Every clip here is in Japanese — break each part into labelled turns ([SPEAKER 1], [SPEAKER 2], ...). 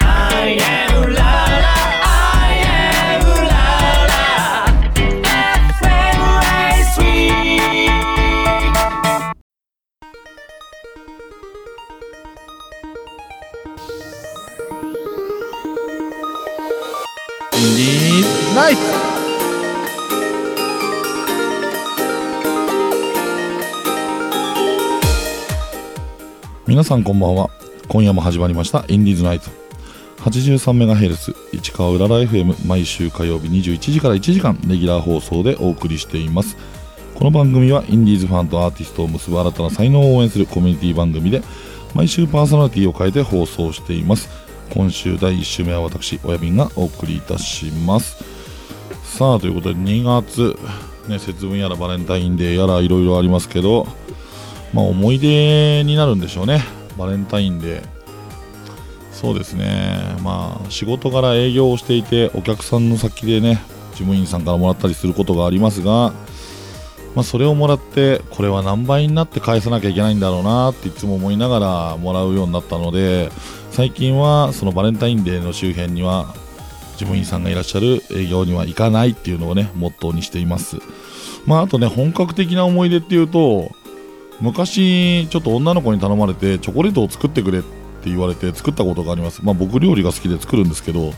[SPEAKER 1] I am la la, I am la la. FM
[SPEAKER 2] ナイツ皆さんこんばんは今夜も始まりましたインディーズナイツ 83MHz 市川うらら FM 毎週火曜日21時から1時間レギュラー放送でお送りしていますこの番組はインディーズファンとアーティストを結ぶ新たな才能を応援するコミュニティ番組で毎週パーソナリティを変えて放送しています今週第1週目は私親便がお送りいたしますさあということで2月、ね、節分やらバレンタインデーやらいろいろありますけど、まあ、思い出になるんでしょうねバレンタインデーそうですねまあ仕事柄営業をしていてお客さんの先でね事務員さんからもらったりすることがありますが、まあ、それをもらってこれは何倍になって返さなきゃいけないんだろうなっていつも思いながらもらうようになったので最近はそのバレンタインデーの周辺には事務員さんがいらっしゃる営業には行かないっていうのをねモットーにしていますまああとね本格的な思い出っていうと昔ちょっと女の子に頼まれてチョコレートを作ってくれって言われて作ったことがありますまあ僕料理が好きで作るんですけど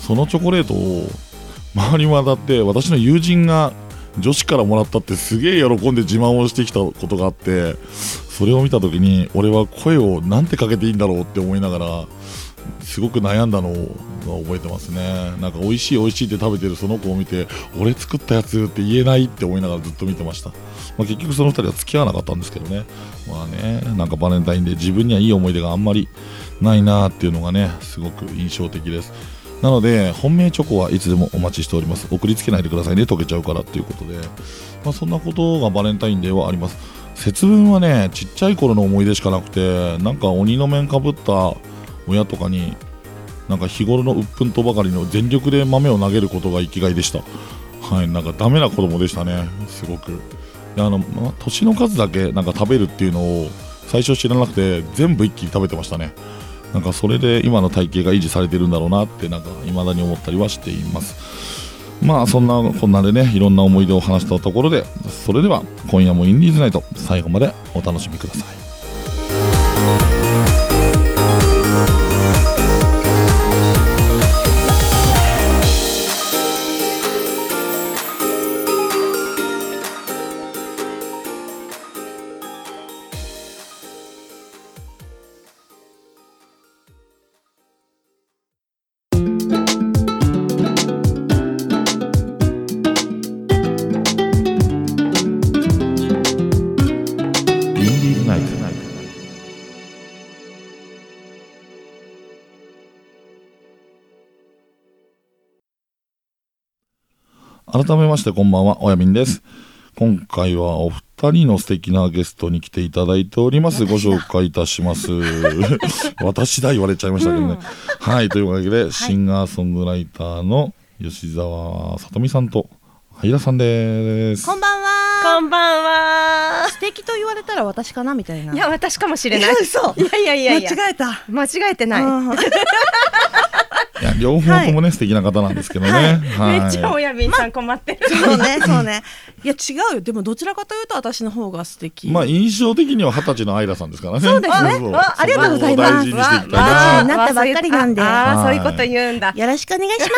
[SPEAKER 2] そのチョコレートを周りに渡って私の友人が女子からもらったってすげえ喜んで自慢をしてきたことがあってそれを見た時に俺は声をなんてかけていいんだろうって思いながらすごく悩んだのを覚えてますねなんか美味しい美味しいって食べてるその子を見て俺作ったやつって言えないって思いながらずっと見てました、まあ、結局その2人は付き合わなかったんですけどねまあねなんかバレンタインで自分にはいい思い出があんまりないなっていうのがねすごく印象的ですなので本命チョコはいつでもお待ちしております送りつけないでくださいね溶けちゃうからということで、まあ、そんなことがバレンタインデーはあります節分はねちっちゃい頃の思い出しかなくてなんか鬼の面かぶった親とかになんか日頃の鬱憤とばかりの全力で豆を投げることが生きがいでしたはいなんかダメな子供でしたねすごくであの、ま、年の数だけなんか食べるっていうのを最初知らなくて全部一気に食べてましたねなんかそれで今の体型が維持されてるんだろうなってなんか未だに思ったりはしていますまあそんなこんなでねいろんな思い出を話したところでそれでは今夜もインディーズナイト最後までお楽しみくださいインディーズナイト改めましてこんばんは、おやみんです。今回はお二人の素敵なゲストに来ていただいております。ご紹介いたし ます。私だ言われちゃいましたけどね。はい、というわけで、シンガーソングライターの吉澤さとみさんと、はいらさんです。
[SPEAKER 3] こんばんは。
[SPEAKER 4] こんばんは。
[SPEAKER 3] 素敵と言われたら私かなみたいな。
[SPEAKER 4] いや、私かもしれない。
[SPEAKER 3] 嘘
[SPEAKER 4] いやいやいやいや。
[SPEAKER 3] 間違えた。
[SPEAKER 4] 間違えてない。
[SPEAKER 3] うん
[SPEAKER 2] いや両方ともね、素敵な方なんですけどね。はい。
[SPEAKER 4] めっちゃ親瓶さん困ってる。
[SPEAKER 3] そうね、そうね。いや、違うよ。でも、どちらかというと、私の方が素敵。
[SPEAKER 2] まあ印象的には二十歳のアイラさんですからね。
[SPEAKER 3] そうですね
[SPEAKER 2] そう
[SPEAKER 3] あありがとうございます
[SPEAKER 2] そこを大事にしていきたい
[SPEAKER 3] わ
[SPEAKER 2] な
[SPEAKER 3] あ。なったばっかりなんで
[SPEAKER 4] ああ、
[SPEAKER 2] は
[SPEAKER 4] そう
[SPEAKER 2] い
[SPEAKER 4] いうこと言うんだ。
[SPEAKER 3] よろしくお願いします。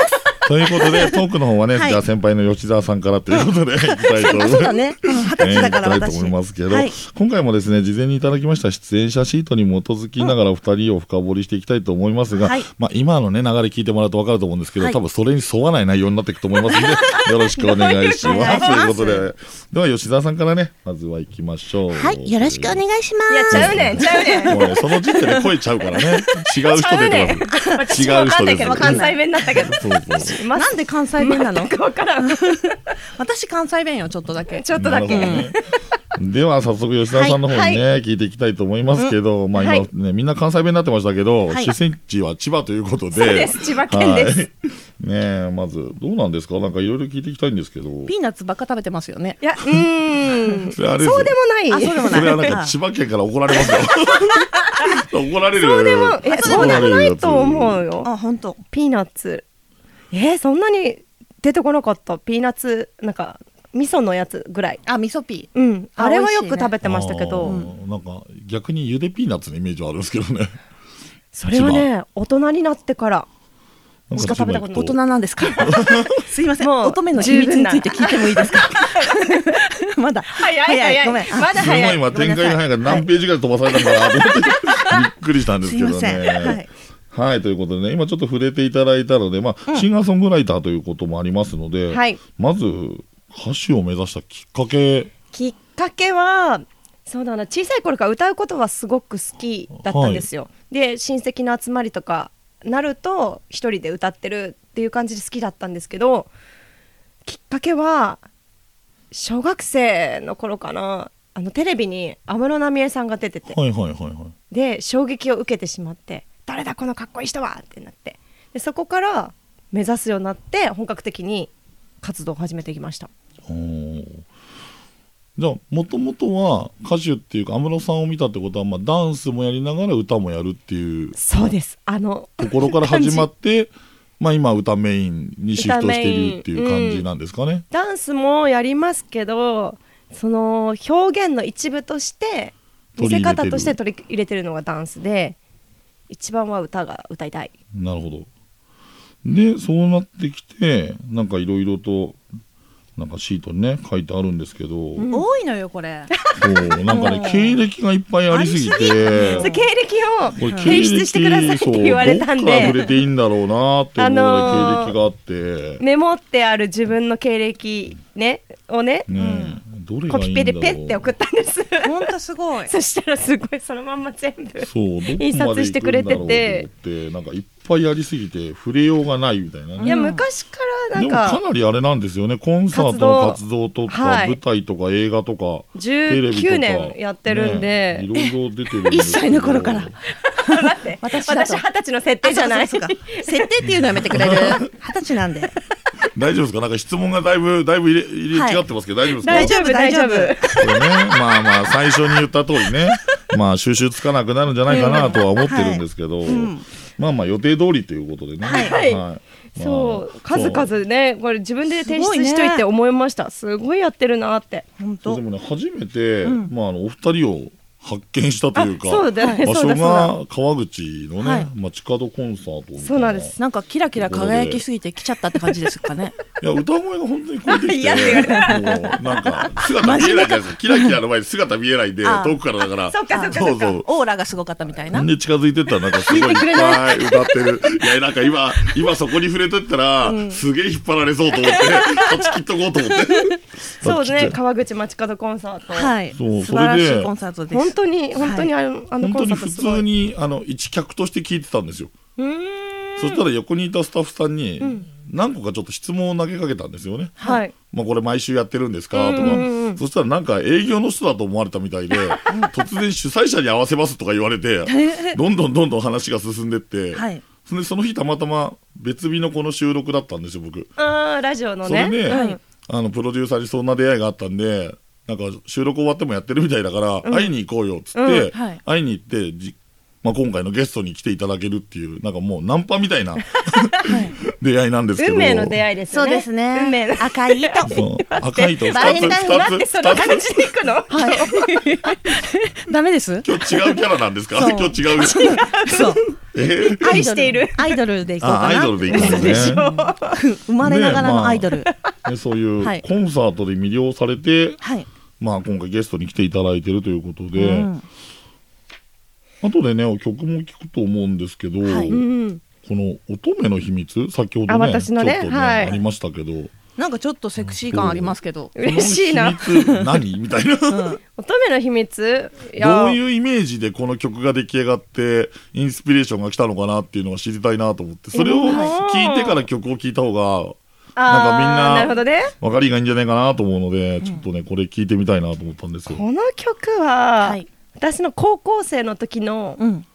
[SPEAKER 2] ということで、トークの方はね、
[SPEAKER 3] はい
[SPEAKER 2] じゃあ先輩の吉沢さんからということで、い きたいと思います。
[SPEAKER 3] そうだね。うん二十
[SPEAKER 2] え
[SPEAKER 3] 歳
[SPEAKER 2] ー
[SPEAKER 3] だ
[SPEAKER 2] いき
[SPEAKER 3] から
[SPEAKER 2] たいと
[SPEAKER 3] 私。
[SPEAKER 2] 思いますけど、
[SPEAKER 3] はい
[SPEAKER 2] 今回もですね事前にいただきました出演者シートに基づきながらお二人を深掘りしていきたいと思いますが、
[SPEAKER 3] はい
[SPEAKER 2] まあ、今の、ね、流れ聞いてもらうと分かると思うんですけど、
[SPEAKER 3] はい
[SPEAKER 2] 多分それに沿わない内容になっていくと思いますのでよろしくお願いし
[SPEAKER 3] お
[SPEAKER 2] ま
[SPEAKER 3] 願
[SPEAKER 2] す。
[SPEAKER 3] いします
[SPEAKER 2] ということででは吉沢さんからねまずは行きましょう。
[SPEAKER 3] はい、よろしくお願いしま
[SPEAKER 4] いや、ち
[SPEAKER 3] す。
[SPEAKER 4] ゃうねん、ちゃうねん。
[SPEAKER 2] もうねその時点で声ちゃうからね違う
[SPEAKER 4] ち
[SPEAKER 2] 人
[SPEAKER 4] ゃうね
[SPEAKER 2] 出
[SPEAKER 4] ん私
[SPEAKER 2] てま。
[SPEAKER 4] もわかんないけど、関西弁
[SPEAKER 2] 違う人です
[SPEAKER 4] になったけど。
[SPEAKER 2] す。そうそう
[SPEAKER 4] ま
[SPEAKER 3] なんで関西弁なの
[SPEAKER 4] 全くわからん。ち
[SPEAKER 3] 私関西弁よ、ちょっとだけ。
[SPEAKER 4] ょっとだ
[SPEAKER 2] なるほど
[SPEAKER 4] け。
[SPEAKER 2] ねでは早速吉田さんの方にね、聞いていきたいと思いますけど、まあ今
[SPEAKER 4] は
[SPEAKER 2] ね
[SPEAKER 4] い、
[SPEAKER 2] みんな関西弁になってましたけど、
[SPEAKER 3] はい
[SPEAKER 2] 出身地は千葉ということで。
[SPEAKER 4] そうです千葉県です
[SPEAKER 2] はい。ねえ、まずどうなんですかなんかいろいろ聞いていきたいんですけど。
[SPEAKER 3] ピーナッツばっか食べてますよね。
[SPEAKER 4] いや、うーん。
[SPEAKER 2] それあれですよ
[SPEAKER 4] そうでもない。
[SPEAKER 3] あそうでも
[SPEAKER 2] それは
[SPEAKER 3] な
[SPEAKER 2] ないんか千葉県から怒ら れますよ。怒られるよ。
[SPEAKER 4] そうでも、え、そうでもないと思うよ。
[SPEAKER 3] あ、本当。
[SPEAKER 4] ピーナッツ。えー、そんなに出てこなかった。ピーナッツ、なんか、味噌のやつぐらい。
[SPEAKER 3] あ、味噌ピー。
[SPEAKER 4] うん。
[SPEAKER 3] あ
[SPEAKER 4] あれはよ
[SPEAKER 3] 美味しいね
[SPEAKER 4] く食べてましたけ
[SPEAKER 2] あ
[SPEAKER 4] ど、
[SPEAKER 2] ーなんか逆にゆでピーナッツのイメージはあるんですけど ね。
[SPEAKER 4] それはね、大人になってから。
[SPEAKER 3] しか食べたこと
[SPEAKER 2] なんか
[SPEAKER 3] 大人なんですか すいません。
[SPEAKER 4] もう
[SPEAKER 3] 乙女の秘密について聞いてもいい ですかまだ。
[SPEAKER 4] 早い早い。
[SPEAKER 3] ごめん。あ
[SPEAKER 4] まだ
[SPEAKER 2] すご
[SPEAKER 4] 早
[SPEAKER 2] い
[SPEAKER 4] い。
[SPEAKER 2] 今
[SPEAKER 3] ごめん
[SPEAKER 2] 展
[SPEAKER 3] なさい
[SPEAKER 2] 開が早いから何ページから飛ばされたのかなと思ってびっくりしたんですけどね。
[SPEAKER 3] すいませんはい
[SPEAKER 2] はいということでね今ちょっと触れていただいたので、まあシンガーソングライターということもありますので、
[SPEAKER 4] はい
[SPEAKER 2] まず歌手を目指したきっかけ
[SPEAKER 4] きっかけはそうだな小さい頃から歌うことはすごく好きだったんですよ。で親戚の集まりとかなると一人で歌ってるっていう感じで好きだったんですけどきっかけは小学生の頃かなあのテレビに安室奈美恵さんが出てて、
[SPEAKER 2] はいはいはいはい
[SPEAKER 4] で衝撃を受けてしまって誰だこのかっこいい人はってなってでそこから目指すようになって本格的に活動を始めていきました。
[SPEAKER 2] おーじゃあもともとは歌手っていうか安室さんを見たってことは、まあ、ダンスもやりながら歌もやるっていう
[SPEAKER 4] そうですあの
[SPEAKER 2] ところから始まって、まあ、今歌メインにシフトしているっていう感じなんですかね。
[SPEAKER 4] ダンスもやりますけどその表現の一部として見せ方として取り入れてるのがダンスで一番は歌が歌いたい
[SPEAKER 2] なるほど。で、そうなってきて、なんかいろいろと、なんかシートにね、書いてあるんですけど、
[SPEAKER 3] 多いのよ、これ。
[SPEAKER 2] そう、なんかね
[SPEAKER 3] うん、
[SPEAKER 2] 経歴がいっぱいありすぎ
[SPEAKER 3] ありすぎ
[SPEAKER 2] て、
[SPEAKER 4] そう経歴
[SPEAKER 2] こ
[SPEAKER 4] を
[SPEAKER 2] れ
[SPEAKER 4] 提出してくださいって言われたん
[SPEAKER 2] そうどっから触れ
[SPEAKER 4] で
[SPEAKER 2] ていいんだろうなって思うぐらい経歴があって、
[SPEAKER 4] メモってある自分の経歴ねをね
[SPEAKER 2] ねえどれが
[SPEAKER 4] コ
[SPEAKER 2] いい
[SPEAKER 4] ピ
[SPEAKER 2] んだ
[SPEAKER 4] ペ
[SPEAKER 2] ろ
[SPEAKER 4] で
[SPEAKER 2] う
[SPEAKER 4] ペッて送ったんです
[SPEAKER 3] 本当す ごい。
[SPEAKER 4] そしたらすごいそのまんま全部
[SPEAKER 2] そう、どこまで
[SPEAKER 4] 印刷してくれてて
[SPEAKER 2] 行くんだろうと思ってなんかいっぱいありすぎて、触れようがないみたいなね。
[SPEAKER 4] いや昔からな
[SPEAKER 2] で
[SPEAKER 4] ん
[SPEAKER 2] もか
[SPEAKER 4] か
[SPEAKER 2] なりあれなんですよね、コンサートの活
[SPEAKER 4] 活
[SPEAKER 2] 動とか、
[SPEAKER 4] はい
[SPEAKER 2] 舞台とか映画とか、テレビとか
[SPEAKER 4] 19年やってるんで
[SPEAKER 2] ね、いろいろ 出てるんですけど
[SPEAKER 3] 1歳の頃から
[SPEAKER 4] 待って
[SPEAKER 3] 私
[SPEAKER 4] 私
[SPEAKER 3] だ
[SPEAKER 4] 二
[SPEAKER 3] と
[SPEAKER 4] 十歳の設定じゃない
[SPEAKER 3] あそうかそうか設定っていうのやめてくれる二十歳なんで。
[SPEAKER 2] 大丈夫ですか、なんか質問がだいぶ、だいぶ入れ入れ違ってますけど、大丈夫ですか、
[SPEAKER 4] 大丈夫大
[SPEAKER 3] 大丈
[SPEAKER 4] 丈
[SPEAKER 3] 夫
[SPEAKER 4] 夫
[SPEAKER 2] これね、まあまあ、最初に言った通りね、まあ、収集つかなくなるんじゃないかなとは思ってるんですけど、
[SPEAKER 3] ん
[SPEAKER 2] まあまあ、予定通りということでね、はいまあ
[SPEAKER 4] そう数
[SPEAKER 2] そう
[SPEAKER 4] 々ねこれ自分で提
[SPEAKER 3] すごい
[SPEAKER 4] 出
[SPEAKER 3] ね
[SPEAKER 4] しといて思いましたすごい,、やってるなって
[SPEAKER 3] 本
[SPEAKER 2] そう
[SPEAKER 3] 当
[SPEAKER 2] で。もね、初めて、まあ、あのお二人を発見したというか、
[SPEAKER 4] あそうだね
[SPEAKER 2] 場
[SPEAKER 4] そう
[SPEAKER 2] 所
[SPEAKER 4] だそうだ
[SPEAKER 2] が川口のね、
[SPEAKER 3] はい
[SPEAKER 2] 街角コンサートみたい
[SPEAKER 4] そうなんです
[SPEAKER 3] なんかキラキラ輝きすぎて来ちゃったって感じですか ね。
[SPEAKER 2] いや、歌声が本当に超え てきて、もうなんか、姿見えないじゃないですか。キラキラの前に姿見えないんで、
[SPEAKER 3] あ
[SPEAKER 2] 遠くからだから。
[SPEAKER 4] そっかそっか
[SPEAKER 2] そうそう。
[SPEAKER 3] オーラがすごかったみたいな。
[SPEAKER 2] んで近づいてったらなんかすごいいっぱい歌ってる。いや、なんか今、今そこに触れてったら、すげえ引っ張られそうと思って、こっち切っとこうと思って。
[SPEAKER 4] そう
[SPEAKER 2] ちっちゃ
[SPEAKER 4] ね
[SPEAKER 2] い
[SPEAKER 4] 川口街角コンサート、
[SPEAKER 3] はい。
[SPEAKER 2] そう
[SPEAKER 3] 素晴らし
[SPEAKER 2] それで
[SPEAKER 3] いコンサートです。
[SPEAKER 4] 本当に本当にあの,、あの
[SPEAKER 2] 本
[SPEAKER 4] コ
[SPEAKER 2] 当
[SPEAKER 4] ンサ
[SPEAKER 2] に
[SPEAKER 4] ート
[SPEAKER 2] 普
[SPEAKER 4] すご
[SPEAKER 2] 通
[SPEAKER 4] い
[SPEAKER 2] に、あの、一客として聞いてたんですよ。
[SPEAKER 4] うーん
[SPEAKER 2] そしたら横にいたスタッフさんに、何個かちょっと質問を投げかけたんですよね。
[SPEAKER 4] はい
[SPEAKER 2] まあ、これ毎週やってるんですかとか、そしたらなんか営業の人だと思われたみたいで、突然主催者に合わせますとか言われて、どんどんどんどん話が進んでって、
[SPEAKER 3] はい
[SPEAKER 2] それでその日たまたま別日のこの収録だったんですよ、僕。
[SPEAKER 4] あーラジオの
[SPEAKER 2] それ
[SPEAKER 4] ね
[SPEAKER 2] で、
[SPEAKER 4] うん
[SPEAKER 2] あのプロデューサーにそんな出会いがあったんで、なんか収録終わってもやってるみたいだから、会いに行こうよっつって、
[SPEAKER 4] うん
[SPEAKER 3] はい
[SPEAKER 2] 会いに行って、じまあ、今回のゲストに来ていただけるっていう、なんかもうナンパみたいな、 出会いなんですけど。
[SPEAKER 4] 運命の出会いですよね運命の
[SPEAKER 3] 赤い 糸。
[SPEAKER 2] そう赤いと2つ、
[SPEAKER 3] バレンタイン
[SPEAKER 2] 二
[SPEAKER 4] 待って
[SPEAKER 2] つ、
[SPEAKER 4] その
[SPEAKER 2] 二つ
[SPEAKER 4] 感じでいくの、
[SPEAKER 3] はい。 ダメです。
[SPEAKER 2] 今日違うキャラなんですか
[SPEAKER 3] そう
[SPEAKER 2] 今日違う。
[SPEAKER 3] そう。
[SPEAKER 2] えー
[SPEAKER 4] 愛している
[SPEAKER 3] アイドルでいこうか
[SPEAKER 2] あ、
[SPEAKER 3] な。
[SPEAKER 2] アイドルでいいんです
[SPEAKER 3] で
[SPEAKER 2] ね
[SPEAKER 3] す。 生まれながらのアイドル。
[SPEAKER 2] ねそうい
[SPEAKER 3] は
[SPEAKER 2] う
[SPEAKER 3] い
[SPEAKER 2] コンサートで魅了されて、
[SPEAKER 3] はい。
[SPEAKER 2] まあ今回ゲストに来ていただいてるということで、
[SPEAKER 3] うん
[SPEAKER 2] 後でね、曲も聞くと思うんですけど、
[SPEAKER 3] はい
[SPEAKER 2] こ
[SPEAKER 4] うん、
[SPEAKER 2] の乙女の秘密、先ほど
[SPEAKER 4] あ
[SPEAKER 2] ね、
[SPEAKER 4] 私のね
[SPEAKER 2] ちょっとね、
[SPEAKER 4] はい
[SPEAKER 2] ありましたけど、
[SPEAKER 3] なんかちょっとセクシー感ありますけど。
[SPEAKER 4] 嬉しいな
[SPEAKER 2] この秘 密何みたいな。
[SPEAKER 4] 乙女の秘密い
[SPEAKER 2] どう
[SPEAKER 4] う
[SPEAKER 2] いうイメージでこの曲が出来上がってインスピレーションが来たのかなっていうのが知りたいなと思ってそれを
[SPEAKER 4] うん
[SPEAKER 2] 聞いてから曲を聴いた方が
[SPEAKER 4] あー
[SPEAKER 2] なんかみんな
[SPEAKER 4] なるほどね
[SPEAKER 2] 分かりがいいんじゃないかなと思うので、ちょっとねこれ聞いてみたいなと思ったんですよ
[SPEAKER 4] この曲は、
[SPEAKER 3] はい
[SPEAKER 4] 私の高校生の時の
[SPEAKER 3] うん。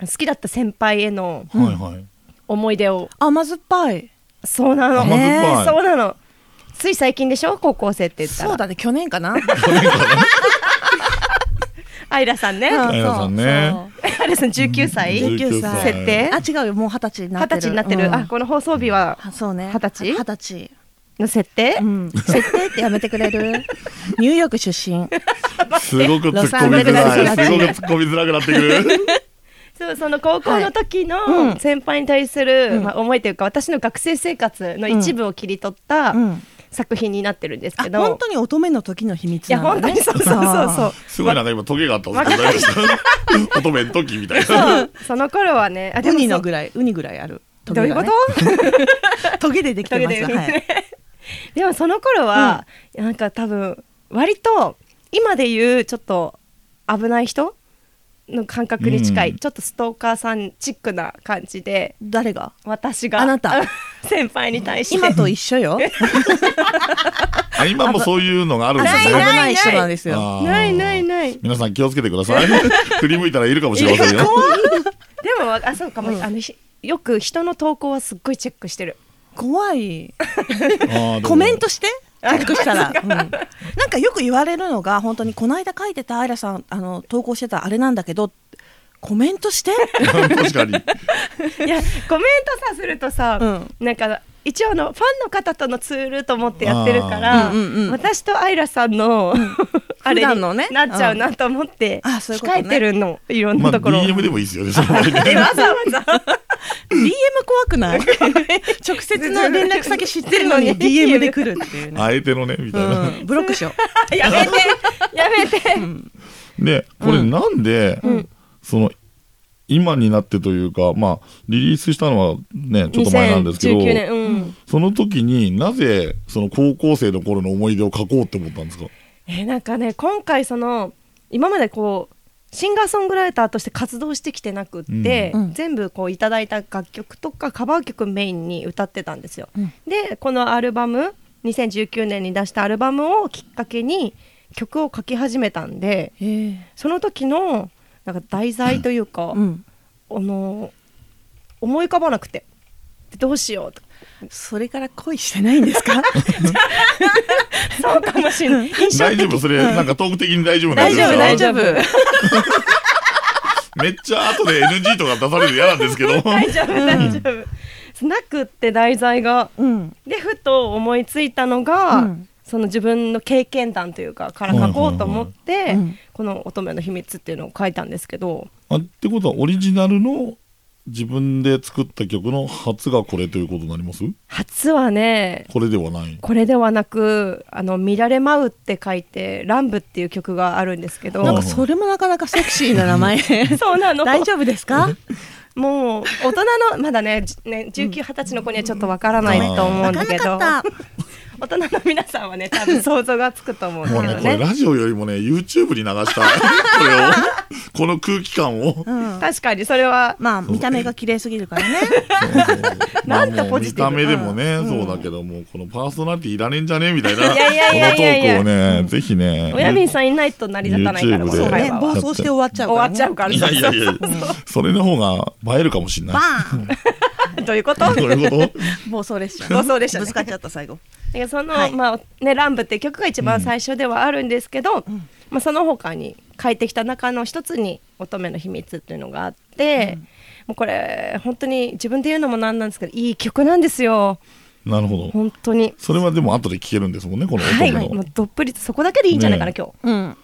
[SPEAKER 4] 好きだった先輩への
[SPEAKER 2] はいはい
[SPEAKER 4] 思い出を
[SPEAKER 3] 甘酸っぱい。
[SPEAKER 4] そうなの
[SPEAKER 2] 甘酸っぱい
[SPEAKER 4] そうなのつい最近でしょ高校生って言ったら
[SPEAKER 3] そうだね、去年か な。
[SPEAKER 4] アイラさんね
[SPEAKER 3] うん
[SPEAKER 4] ア
[SPEAKER 2] あやさんね
[SPEAKER 4] イラさん19歳
[SPEAKER 3] 19
[SPEAKER 2] 19
[SPEAKER 3] 歳
[SPEAKER 4] 設定
[SPEAKER 3] あ、違うよ、もう二十歳にな
[SPEAKER 4] 二
[SPEAKER 3] っ
[SPEAKER 4] 十歳
[SPEAKER 3] てる。
[SPEAKER 4] になってる、
[SPEAKER 3] うん
[SPEAKER 4] あこの放送日は
[SPEAKER 3] あそうね。
[SPEAKER 4] 二十歳
[SPEAKER 3] 二十
[SPEAKER 4] の設定、
[SPEAKER 3] 歳。うん。設定ってやめてく れるニューヨーク出身。
[SPEAKER 2] すごく突っ込みづ
[SPEAKER 3] ロサ
[SPEAKER 2] ら
[SPEAKER 3] ン
[SPEAKER 2] い
[SPEAKER 3] ゼ
[SPEAKER 2] すごく突
[SPEAKER 3] ル
[SPEAKER 2] っ込みづらくなってくる
[SPEAKER 4] そうその高校の時
[SPEAKER 3] はいう
[SPEAKER 4] の
[SPEAKER 3] ん
[SPEAKER 4] 先輩に対する、
[SPEAKER 3] うん
[SPEAKER 4] まあ、思いというか私の学生生活の一部を切り取った
[SPEAKER 3] うん。
[SPEAKER 4] 作品になってるんです
[SPEAKER 3] あ
[SPEAKER 4] け、ど、
[SPEAKER 3] 本当に乙女の時の秘密
[SPEAKER 4] いや
[SPEAKER 3] な
[SPEAKER 4] 本
[SPEAKER 3] んだ
[SPEAKER 4] 当
[SPEAKER 3] ね。
[SPEAKER 4] にそうそうそうそ
[SPEAKER 3] あ
[SPEAKER 4] う
[SPEAKER 2] すごいなんか今トゲがあったんですけど大丈夫ですか乙女の時みたいな
[SPEAKER 4] そうその頃はねあ
[SPEAKER 3] ー。ウニの
[SPEAKER 4] そ
[SPEAKER 3] ぐらい、ウニぐらいある。ト
[SPEAKER 4] どうい
[SPEAKER 3] ゲ
[SPEAKER 4] う
[SPEAKER 3] が
[SPEAKER 4] こ
[SPEAKER 3] ね
[SPEAKER 4] と
[SPEAKER 3] トゲでできてます。
[SPEAKER 4] トゲで
[SPEAKER 3] はい。
[SPEAKER 4] でもその頃は、なんか多分割と今で言うちょっと危ない人の感覚に近い、
[SPEAKER 2] うん
[SPEAKER 4] ちょっとストーカーさんチックな感じで
[SPEAKER 3] 誰が
[SPEAKER 4] 私が
[SPEAKER 3] あなた
[SPEAKER 4] 先輩に対して
[SPEAKER 3] 今と一緒よ。
[SPEAKER 2] あ今もそういうのがあるんです
[SPEAKER 3] 危
[SPEAKER 2] よね
[SPEAKER 3] ない人なんですよ。
[SPEAKER 2] あー
[SPEAKER 4] ないないない
[SPEAKER 2] 皆さん気をつけてください 振り向いたらいるかもしれませんよ
[SPEAKER 4] でもあそうかも、あのひよく人の投稿はすっごいチェックしてる
[SPEAKER 3] 怖い。
[SPEAKER 2] あーでも
[SPEAKER 3] コメントしてチェックしたら、うんなんかよく言われるのが本当にこの間書いてたアイラさんあの投稿してたあれなんだけどコメント して
[SPEAKER 2] 確かに
[SPEAKER 4] いやコメントさするとさ、
[SPEAKER 3] うん
[SPEAKER 4] なんか一応あのファンの方とのツールと思ってやってるから、
[SPEAKER 3] あーうんうんうん
[SPEAKER 4] 私とアイラさんの、 あれ
[SPEAKER 3] 普
[SPEAKER 4] に
[SPEAKER 3] 段のね
[SPEAKER 4] なっちゃうなと思って、
[SPEAKER 3] うんあそういうことね
[SPEAKER 4] 控えてるのいろん
[SPEAKER 2] ま
[SPEAKER 4] なと
[SPEAKER 2] あ
[SPEAKER 4] ころ、
[SPEAKER 2] DM でもいいですよねその場合ね
[SPEAKER 4] えわざわざ
[SPEAKER 3] DM 怖く ない直接の連絡先知ってる のに DM で来るっていうね、
[SPEAKER 2] あえてのねみたいな
[SPEAKER 3] うん、ブロックしよ
[SPEAKER 4] やめてやめて、
[SPEAKER 2] でこれなんで、その今になってというかまあリリースしたのはねちょっと前なんですけど
[SPEAKER 4] 2019年、うん
[SPEAKER 2] その時になぜその高校生の頃の思い出を書こうって思ったんですか
[SPEAKER 4] えなんかね今回その今までこうシンガーソングライターとして活動してきてなくって、
[SPEAKER 3] うんうん
[SPEAKER 4] 全部こういただいた楽曲とかカバー曲メインに歌ってたんですよ、
[SPEAKER 3] うん
[SPEAKER 4] でこのアルバム2019年に出したアルバムをきっかけに曲を書き始めたんで
[SPEAKER 3] う、 え
[SPEAKER 4] その時のなんか題材というか、
[SPEAKER 3] うん、
[SPEAKER 4] あの思い浮かばなくてでどうしようと
[SPEAKER 3] それから恋してないんです か
[SPEAKER 4] そうかもしれない印象
[SPEAKER 2] 大丈
[SPEAKER 4] 的
[SPEAKER 2] 夫それなんかトーク的に大丈夫な
[SPEAKER 4] 大
[SPEAKER 2] んです
[SPEAKER 4] 丈
[SPEAKER 2] か
[SPEAKER 4] 夫大丈夫
[SPEAKER 2] めっちゃ後で NG とか出されるの嫌なんですけど
[SPEAKER 4] 大丈夫大丈夫なくって題材が
[SPEAKER 3] うん
[SPEAKER 4] でふと思いついたのが、
[SPEAKER 3] うん
[SPEAKER 4] その自分の経験談というかから書こうと思って、
[SPEAKER 3] いはいうん
[SPEAKER 4] この「乙女の秘密」っていうのを書いたんですけど
[SPEAKER 2] あってことはオリジナルの自分で作った曲の初がこれということになります
[SPEAKER 4] 初はね
[SPEAKER 2] これではない
[SPEAKER 4] これではなく「あの見られまう」って書いて「乱舞」っていう曲があるんですけど
[SPEAKER 3] なんかそれもなかなかセクシーな名前
[SPEAKER 4] そうなの
[SPEAKER 3] 大丈夫ですか
[SPEAKER 4] もう大人のまだねじね1920歳の子にはちょっとわからないと思うんだけど
[SPEAKER 3] なか
[SPEAKER 4] 大人の皆さんはね多分想像がつくと思うん
[SPEAKER 2] も
[SPEAKER 4] だけど
[SPEAKER 2] うね これ
[SPEAKER 4] ね
[SPEAKER 2] ラジオよりもね YouTube に流したこれを この空気感を
[SPEAKER 3] うん
[SPEAKER 4] 確かにそれは
[SPEAKER 3] まあ見た目が綺麗すぎるからね
[SPEAKER 2] ま
[SPEAKER 4] な
[SPEAKER 2] あ
[SPEAKER 4] んか
[SPEAKER 2] もう
[SPEAKER 4] ポ
[SPEAKER 2] 見
[SPEAKER 4] ジティ
[SPEAKER 2] た
[SPEAKER 4] ブ
[SPEAKER 2] 目でもねそうだけどもこのパーソナリティいらねえんじゃねえみたいなこの
[SPEAKER 4] いやいやいやい
[SPEAKER 2] ト
[SPEAKER 4] やいや
[SPEAKER 2] ークをねぜひね
[SPEAKER 4] 親民さんいないと成り立たないから、
[SPEAKER 2] YouTube
[SPEAKER 4] こ
[SPEAKER 2] で
[SPEAKER 4] の
[SPEAKER 3] そう
[SPEAKER 4] 会
[SPEAKER 3] ね
[SPEAKER 4] 話
[SPEAKER 3] 暴
[SPEAKER 4] は。
[SPEAKER 3] 走して終わっちゃ
[SPEAKER 4] 終
[SPEAKER 3] うか
[SPEAKER 4] わ
[SPEAKER 3] ら、
[SPEAKER 4] っ
[SPEAKER 3] ね、
[SPEAKER 4] ちゃうから、
[SPEAKER 2] いやいやいやそれの方が映えるかもしれない
[SPEAKER 3] バー ン
[SPEAKER 4] どういうこと
[SPEAKER 2] どういうこと
[SPEAKER 3] 暴走列車
[SPEAKER 4] 暴走列車ね
[SPEAKER 3] ぶつかっちゃった最後
[SPEAKER 4] なんかその、
[SPEAKER 3] はい
[SPEAKER 4] まあね「乱舞」って曲が一番最初ではあるんですけど、まあ、その他に書いてきた中の一つに「乙女の秘密」っていうのがあって、もうこれ本当に自分で言うのもなんなんですけどいい曲なんですよ
[SPEAKER 2] なるほど
[SPEAKER 4] 本当に。
[SPEAKER 2] それはでも後で聞けるんですもんねこの
[SPEAKER 4] は
[SPEAKER 2] 音
[SPEAKER 4] い、
[SPEAKER 2] の、
[SPEAKER 4] もうどっぷりとそこだけでいいんじゃないかな、
[SPEAKER 2] ね
[SPEAKER 4] 今日。
[SPEAKER 3] うん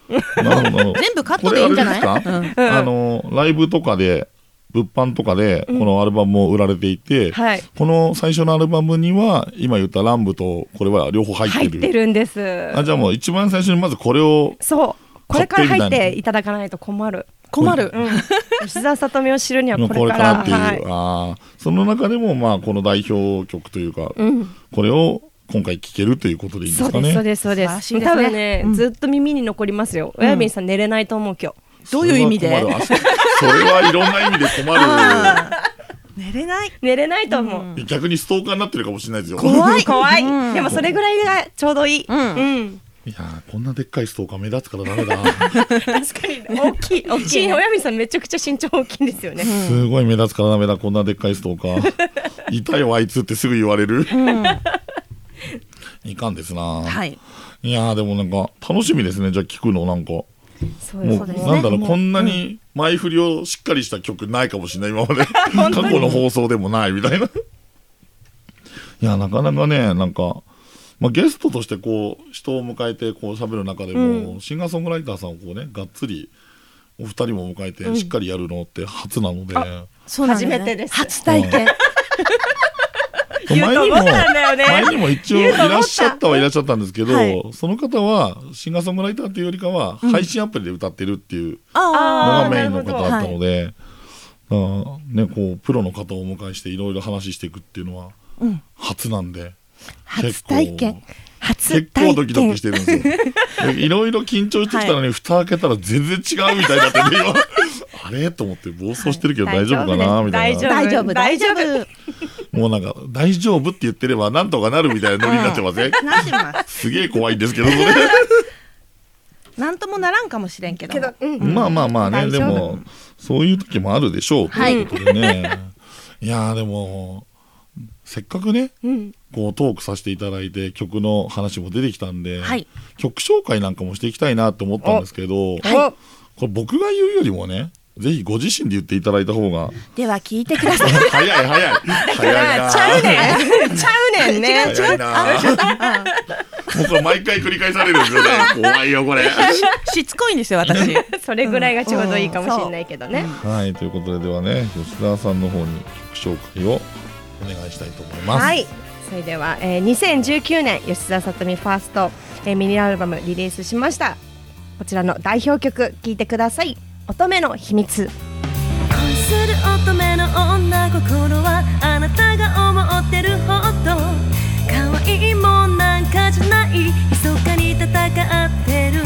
[SPEAKER 2] なるほどなるほど
[SPEAKER 3] 全部カットでいいんじゃない
[SPEAKER 2] これあれですか
[SPEAKER 4] うん
[SPEAKER 2] あのライブとかで物販とかでこのアルバムも売られていて、
[SPEAKER 4] はい
[SPEAKER 2] この最初のアルバムには今言った「ランブ」とこれは両方入って
[SPEAKER 4] 入
[SPEAKER 2] る
[SPEAKER 4] ってるんです。
[SPEAKER 2] あじゃあもう一番最初にまずこれを
[SPEAKER 4] そう、これから入っ
[SPEAKER 2] 買ってみたい
[SPEAKER 4] ていただかないと困る。
[SPEAKER 3] 困る、
[SPEAKER 4] うん、 吉沢さとみを知るには
[SPEAKER 2] 今
[SPEAKER 4] こ
[SPEAKER 2] こ
[SPEAKER 4] れ
[SPEAKER 2] れ
[SPEAKER 4] か。
[SPEAKER 2] かららっていう、
[SPEAKER 4] はい
[SPEAKER 2] あーその中でもまあこの代表曲というか、
[SPEAKER 4] うん
[SPEAKER 2] これを今回聴けるということでいいんで
[SPEAKER 4] そ
[SPEAKER 2] す
[SPEAKER 4] う
[SPEAKER 2] か
[SPEAKER 4] です、
[SPEAKER 2] ね
[SPEAKER 4] そうです、そうで
[SPEAKER 3] 素晴らしい
[SPEAKER 4] す。
[SPEAKER 3] ですね
[SPEAKER 4] 多分ね
[SPEAKER 3] う、ん
[SPEAKER 4] ずっと耳に残りますよ。親民さん寝れないと思う今日。
[SPEAKER 3] どういう意味で
[SPEAKER 2] それは困るあそそれはいろんな意味で困る
[SPEAKER 3] あー寝れない
[SPEAKER 4] 寝れないと思う、
[SPEAKER 2] 逆にストーカーになってるかもしれないですよ
[SPEAKER 3] 怖い
[SPEAKER 4] 怖い、
[SPEAKER 3] うん
[SPEAKER 4] でもそれぐらいがちょうどいい、
[SPEAKER 3] うん
[SPEAKER 4] うん
[SPEAKER 2] いやーこんなでっかいストーカー目立つからダメだ
[SPEAKER 4] 確かに大きい大きい親見さんめちゃくちゃ身長大きいんですよね、
[SPEAKER 2] すごい目立つからダメだこんなでっかいストーカーいたよあいつってすぐ言われる、いかんですな
[SPEAKER 3] はい
[SPEAKER 2] いやーでもなんか楽しみですねじゃあ聞くのなんかも
[SPEAKER 4] そう
[SPEAKER 2] う
[SPEAKER 4] いう
[SPEAKER 3] そうですね
[SPEAKER 2] なんだろう
[SPEAKER 3] もう
[SPEAKER 2] こんなに前振りをしっかりした曲ないかもしれない今ま で過去の放送でもないみたいな いやなかなかねなんか、まあ、ゲストとしてこう人を迎えてこう喋る中でも、シンガーソングライターさんをこうねがっつりお二人も迎えてしっかりやるのって初なので、
[SPEAKER 3] そうなんよね
[SPEAKER 4] 初めてです
[SPEAKER 3] 初体験
[SPEAKER 4] 言うと思ったんだよね
[SPEAKER 2] 前にも一応い
[SPEAKER 4] 言うと思った
[SPEAKER 2] らっしゃったはいらっしゃったんですけど、
[SPEAKER 3] はい
[SPEAKER 2] その方はシンガーソングライターというよりかは配信アプリで歌ってるっていうの
[SPEAKER 4] あー
[SPEAKER 2] が
[SPEAKER 3] あ
[SPEAKER 2] メイン
[SPEAKER 4] な
[SPEAKER 2] の
[SPEAKER 4] る
[SPEAKER 2] 方
[SPEAKER 4] ほ
[SPEAKER 3] ど
[SPEAKER 2] だったので、だからね、こうプロの方をお迎えしていろいろ話していくっていうのは
[SPEAKER 3] あうん
[SPEAKER 2] 初なんで
[SPEAKER 3] 初体験初
[SPEAKER 2] 結
[SPEAKER 3] 体験
[SPEAKER 2] 構ドキドキしてるんで すよ。でいろいろ緊張してきたのに、蓋開けたら全然違う みたいだったんで、今、あれと思って暴走してるけど大丈夫かなみたい
[SPEAKER 4] 大丈
[SPEAKER 2] な。
[SPEAKER 4] 夫
[SPEAKER 3] 大丈夫
[SPEAKER 4] 大
[SPEAKER 3] 大
[SPEAKER 4] 丈
[SPEAKER 3] 丈
[SPEAKER 4] 夫
[SPEAKER 3] 夫
[SPEAKER 2] もうなんか、大丈夫って言ってればなんとかなるみたいなノリになってません
[SPEAKER 3] なってます
[SPEAKER 2] すげえ怖いんですけど、それ。
[SPEAKER 3] なんともならんかもしれんけど
[SPEAKER 4] けど、うん
[SPEAKER 2] まあまあまあね、
[SPEAKER 4] 大
[SPEAKER 2] で
[SPEAKER 4] 丈夫
[SPEAKER 2] も、そういう時もあるでしょう、ということでね。いやーでも、せっかくね、
[SPEAKER 4] うん
[SPEAKER 2] こうトークさせていただいて、曲の話も出てきたんで、
[SPEAKER 3] はい
[SPEAKER 2] 曲紹介なんかもしていきたいなと思ったんですけど、
[SPEAKER 4] はい
[SPEAKER 2] これ僕が言うよりもね、ぜひご自身で言っていただいた方が、
[SPEAKER 3] では聞いてください
[SPEAKER 2] 早い早い早いな
[SPEAKER 4] ちゃうねんちゃうねん ね
[SPEAKER 2] 早いな もうこれ毎回繰り返されるんですよね。怖い よ、これ。
[SPEAKER 3] しつこいんですよ私
[SPEAKER 4] それぐらいがちょうどいいかもしれないけどね、
[SPEAKER 2] はい、ということでではね、吉田さんの方に曲紹介をお願いしたいと思います。
[SPEAKER 4] はい。それでは、えー、2019年吉田さとみファースト、えー、ミニアルバムリリースしましたこちらの代表曲聴いてください乙女の秘密
[SPEAKER 5] 恋する乙女の女心はあなたが思ってるほど可愛いもんなんかじゃない密かに戦ってる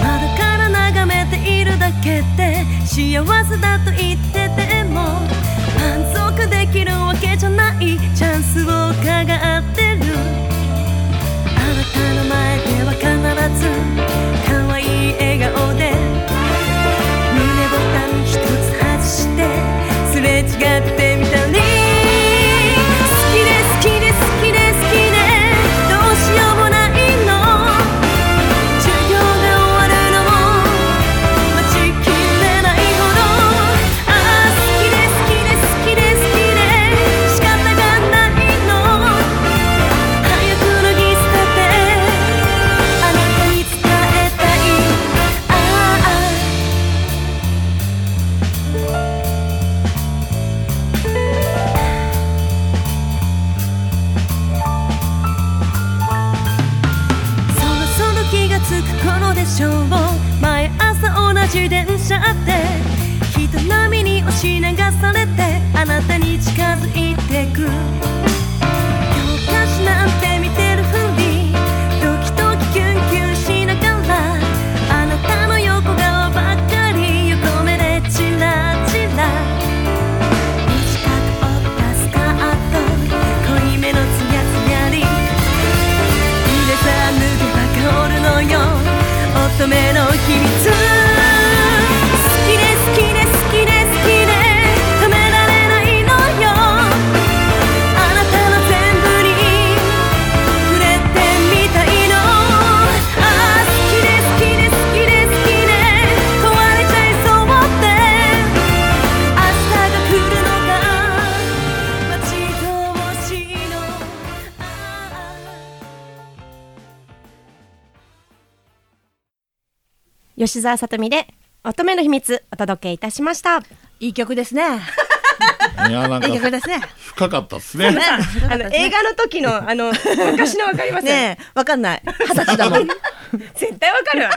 [SPEAKER 5] 窓から眺めているだけで幸せだと言ってても満足できるわけじゃないチャンスを伺ってるあなたの前では必ず可愛い笑顔で胸ボタン一つ外してすれ違ってみたり好きで好きで好きで好きでどうしようもないの授業で終わるのも待ちきれないほどああ好きで好きで好きで好きで仕方がないの早く脱ぎ捨ててあなたに伝えたいああそろそろ気がつく頃でしょう毎朝同じ電車で人並みに押し流されてあなたに近づいてく教科書なんて見てるふりドキドキキュンキュンしながらあなたの横顔ばっかり横目でチラチラ短く折ったスカート濃いめのツヤツヤに「入れさ脱げば香るのよ乙女の秘密」「好きで好きで好きで好きで止められないのよ」「あなたの全部に触れてみたいの」「ああ好きで好きで好きで好きで壊れちゃいそうって」明日が来るのが待ち遠しいのああ
[SPEAKER 4] 吉澤さとみで乙女の秘密お届けいたしました
[SPEAKER 3] いい曲ですね
[SPEAKER 2] いや、なん
[SPEAKER 3] いい曲
[SPEAKER 2] か
[SPEAKER 3] ですね
[SPEAKER 2] 深かったですね。
[SPEAKER 4] あの映画の時のあの 昔のわかります
[SPEAKER 3] ねえわかんない二十歳だもん
[SPEAKER 4] 絶対わかるわ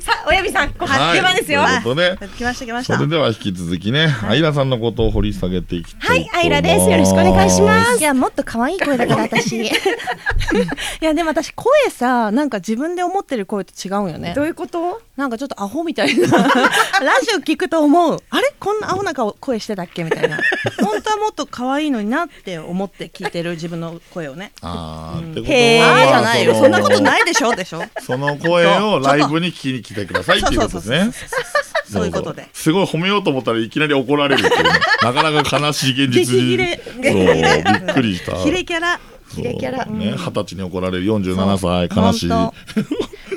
[SPEAKER 4] さあ親見さんここ発表ですよ、
[SPEAKER 2] ということで、
[SPEAKER 3] 来ました来まし
[SPEAKER 2] そ
[SPEAKER 3] た
[SPEAKER 2] れでは引き続きね、アイラさんのことを掘り下げていきたいと思います。
[SPEAKER 4] はいアイラですよろしくお願いしま
[SPEAKER 3] いやもっと可愛い声だから私 いやでも私声さなんか自分で思ってる声と違うんよね
[SPEAKER 4] どういうこと
[SPEAKER 3] なんかちょっとアホみた いなラジオ聞くと思うあれこんなアホな顔声してたっけみたいな本当はもっと可愛いのになって思って聞いてる自分の声をね
[SPEAKER 2] あーってこと
[SPEAKER 4] へー
[SPEAKER 2] は
[SPEAKER 3] ああじゃないよ
[SPEAKER 2] の
[SPEAKER 3] そんなことないでしょでしょ
[SPEAKER 2] その声をライブに聞きに来てくださいっていうことですね。
[SPEAKER 3] そうそうそうそうそういうことで。
[SPEAKER 2] すごい褒めようと思ったらいきなり怒られるっていうね、なかなか悲しい現実
[SPEAKER 3] 激切れ
[SPEAKER 2] そう、びっくり した。
[SPEAKER 3] ヒレキャラ
[SPEAKER 2] そ
[SPEAKER 4] キ
[SPEAKER 2] う
[SPEAKER 4] レキャラ
[SPEAKER 2] ね、二十歳に怒られる47歳、悲しい。
[SPEAKER 3] 本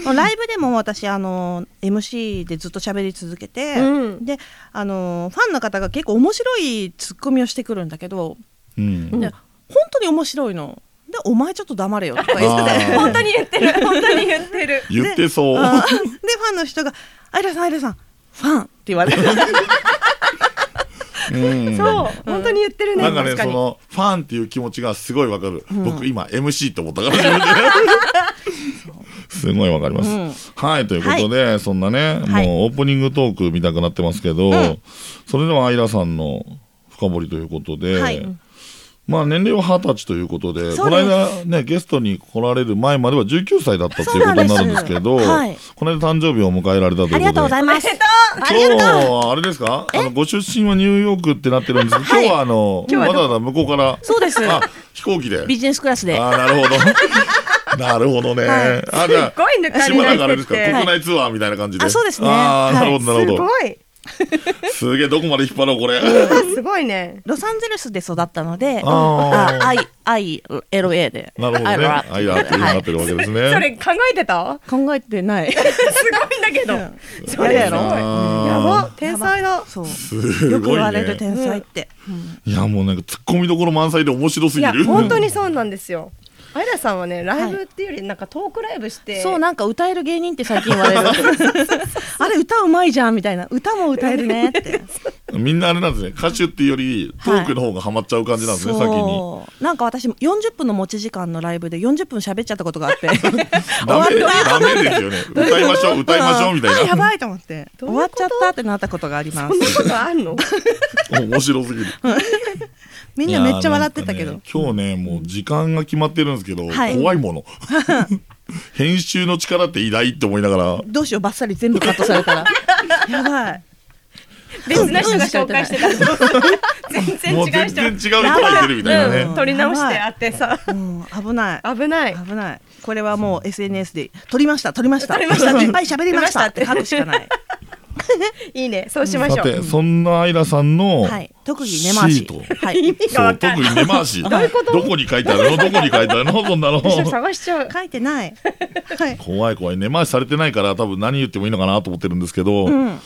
[SPEAKER 3] 当もうライブでも私あの MC でずっと喋り続けて、
[SPEAKER 4] うん
[SPEAKER 3] であのファンの方が結構面白いツッコミをしてくるんだけど、
[SPEAKER 2] うん。
[SPEAKER 3] で本当に面白いので「お前ちょっと黙れよ」とか言っ
[SPEAKER 2] あ
[SPEAKER 3] て
[SPEAKER 2] ー
[SPEAKER 4] 本当に言ってる本当に言ってる
[SPEAKER 2] 言ってそう。
[SPEAKER 3] あ ーでファンの人が「アイラさんアイラさんファン」って言わ れて
[SPEAKER 2] うん
[SPEAKER 4] そう本当に言ってるね
[SPEAKER 2] なんかね、
[SPEAKER 4] 確か
[SPEAKER 2] そ
[SPEAKER 4] に
[SPEAKER 2] の、ファンっていう気持ちがすごいわかる。僕今 MC って思ったから。 すごいわかります、
[SPEAKER 3] うん
[SPEAKER 2] はい、ということで、そんなね、
[SPEAKER 3] はい
[SPEAKER 2] もうオープニングトーク見たくなってますけど、それではアイラさんの深掘りということで、
[SPEAKER 3] はいうん
[SPEAKER 2] まあ年齢は二十歳ということで、
[SPEAKER 3] す
[SPEAKER 2] この間ね、ゲストに来られる前までは19歳だったということになるんですけど、
[SPEAKER 3] そうなんです
[SPEAKER 2] この間誕生日を迎えられたということで、
[SPEAKER 3] ありがとうございますあり
[SPEAKER 2] 今日
[SPEAKER 3] がとう
[SPEAKER 2] はあれですかあのご出身はニューヨークってなってるんですけど、今日はあの
[SPEAKER 4] 今日は
[SPEAKER 2] わざわざ向こうから
[SPEAKER 3] そうです
[SPEAKER 2] あ飛行機で
[SPEAKER 3] ビジネスクラスで
[SPEAKER 2] あなるほど なるほどね、あじ
[SPEAKER 4] す
[SPEAKER 2] ゃ
[SPEAKER 4] ごい抜
[SPEAKER 2] あ
[SPEAKER 4] か
[SPEAKER 2] しばら
[SPEAKER 4] れ
[SPEAKER 2] くあれですか
[SPEAKER 4] て
[SPEAKER 2] 国
[SPEAKER 4] て
[SPEAKER 2] 内ツアーみたいな感じで、
[SPEAKER 3] あそうですね
[SPEAKER 2] あー
[SPEAKER 3] は
[SPEAKER 2] ないるほどなるほど、
[SPEAKER 4] すごい
[SPEAKER 2] すげえどこまで引っ張ろうこれ
[SPEAKER 4] あすごいね
[SPEAKER 3] ロサンゼルスで育ったので
[SPEAKER 2] あ
[SPEAKER 3] あ IILA で
[SPEAKER 2] なるほどね
[SPEAKER 3] I-
[SPEAKER 2] アイラーっていうのになってるわけですね
[SPEAKER 4] それ考えてた
[SPEAKER 3] 考えてない
[SPEAKER 4] すごいんだけどそれ
[SPEAKER 3] や
[SPEAKER 4] や
[SPEAKER 3] だ
[SPEAKER 4] ろ
[SPEAKER 3] ろ
[SPEAKER 4] やば
[SPEAKER 2] あ
[SPEAKER 4] 天才だ
[SPEAKER 3] そう
[SPEAKER 2] ーす
[SPEAKER 3] よく
[SPEAKER 2] ご
[SPEAKER 3] 言
[SPEAKER 2] い
[SPEAKER 3] われる
[SPEAKER 2] ね
[SPEAKER 3] 天才って、
[SPEAKER 2] いやもうなんかツッコミどころ満載で面白す
[SPEAKER 4] い
[SPEAKER 2] ぎ
[SPEAKER 4] や
[SPEAKER 2] る
[SPEAKER 4] 本当にそうなんですよアイラさんはねライブっていうよりなんかトークライブして
[SPEAKER 3] そうなんか歌える芸人って最近言われるあれ歌うまいじゃんみたいな歌も歌えるねって
[SPEAKER 2] みんなあれなんですね歌手っていうよりトークの方がハマっちゃう感じなんですね、先に
[SPEAKER 3] そうなんか私も40分の持ち時間のライブで40分喋っちゃったことがあって終わ
[SPEAKER 2] ダ
[SPEAKER 3] っ
[SPEAKER 2] メダメです よね歌いましょう歌いましょうみた
[SPEAKER 3] あ
[SPEAKER 2] い
[SPEAKER 3] や
[SPEAKER 2] な
[SPEAKER 3] ばいと思って
[SPEAKER 4] ど
[SPEAKER 3] 終
[SPEAKER 4] ういうこと
[SPEAKER 3] わっちゃったってなったことがありま
[SPEAKER 4] こんなこ
[SPEAKER 3] す
[SPEAKER 4] とあんの
[SPEAKER 2] 面白すぎる
[SPEAKER 3] みんなめっちゃ笑ってた
[SPEAKER 2] い
[SPEAKER 3] け
[SPEAKER 2] や
[SPEAKER 3] ど
[SPEAKER 2] ーなんかね今日ねもう時間が決まってるんですけど、
[SPEAKER 3] はい
[SPEAKER 2] 怖いも の編集の力って偉大って思いながら
[SPEAKER 3] どうしようばっさり全部カットさ れたらやばい
[SPEAKER 4] 別な人が紹介してた全然
[SPEAKER 2] もう
[SPEAKER 4] 違う
[SPEAKER 2] 全
[SPEAKER 4] 人
[SPEAKER 2] 然違う人がいてるみたいなね、
[SPEAKER 4] うん、撮り直してあってさ
[SPEAKER 3] うん危ない
[SPEAKER 4] 危ない
[SPEAKER 3] 危ないこれはもう SNS で撮りました撮りました
[SPEAKER 4] 撮りました
[SPEAKER 3] いっぱい喋りましたって書くしかない
[SPEAKER 4] いいねそうしまし
[SPEAKER 2] さ
[SPEAKER 4] ょう
[SPEAKER 2] てそんなアイラさんの、
[SPEAKER 3] はい、特技根回
[SPEAKER 2] シー
[SPEAKER 3] し
[SPEAKER 2] ト。
[SPEAKER 3] はい、
[SPEAKER 4] が
[SPEAKER 2] そう
[SPEAKER 4] わか
[SPEAKER 2] 特
[SPEAKER 4] んない
[SPEAKER 2] に根回しど
[SPEAKER 4] ういうこと
[SPEAKER 2] こに書いてあるのどこに書いてあるのそん なの
[SPEAKER 4] 私は探しちゃう
[SPEAKER 3] 書い てない。はい。
[SPEAKER 2] 怖い怖い根回しされてないから多分何言ってもいいのかなと思ってるんですけど、
[SPEAKER 3] うん。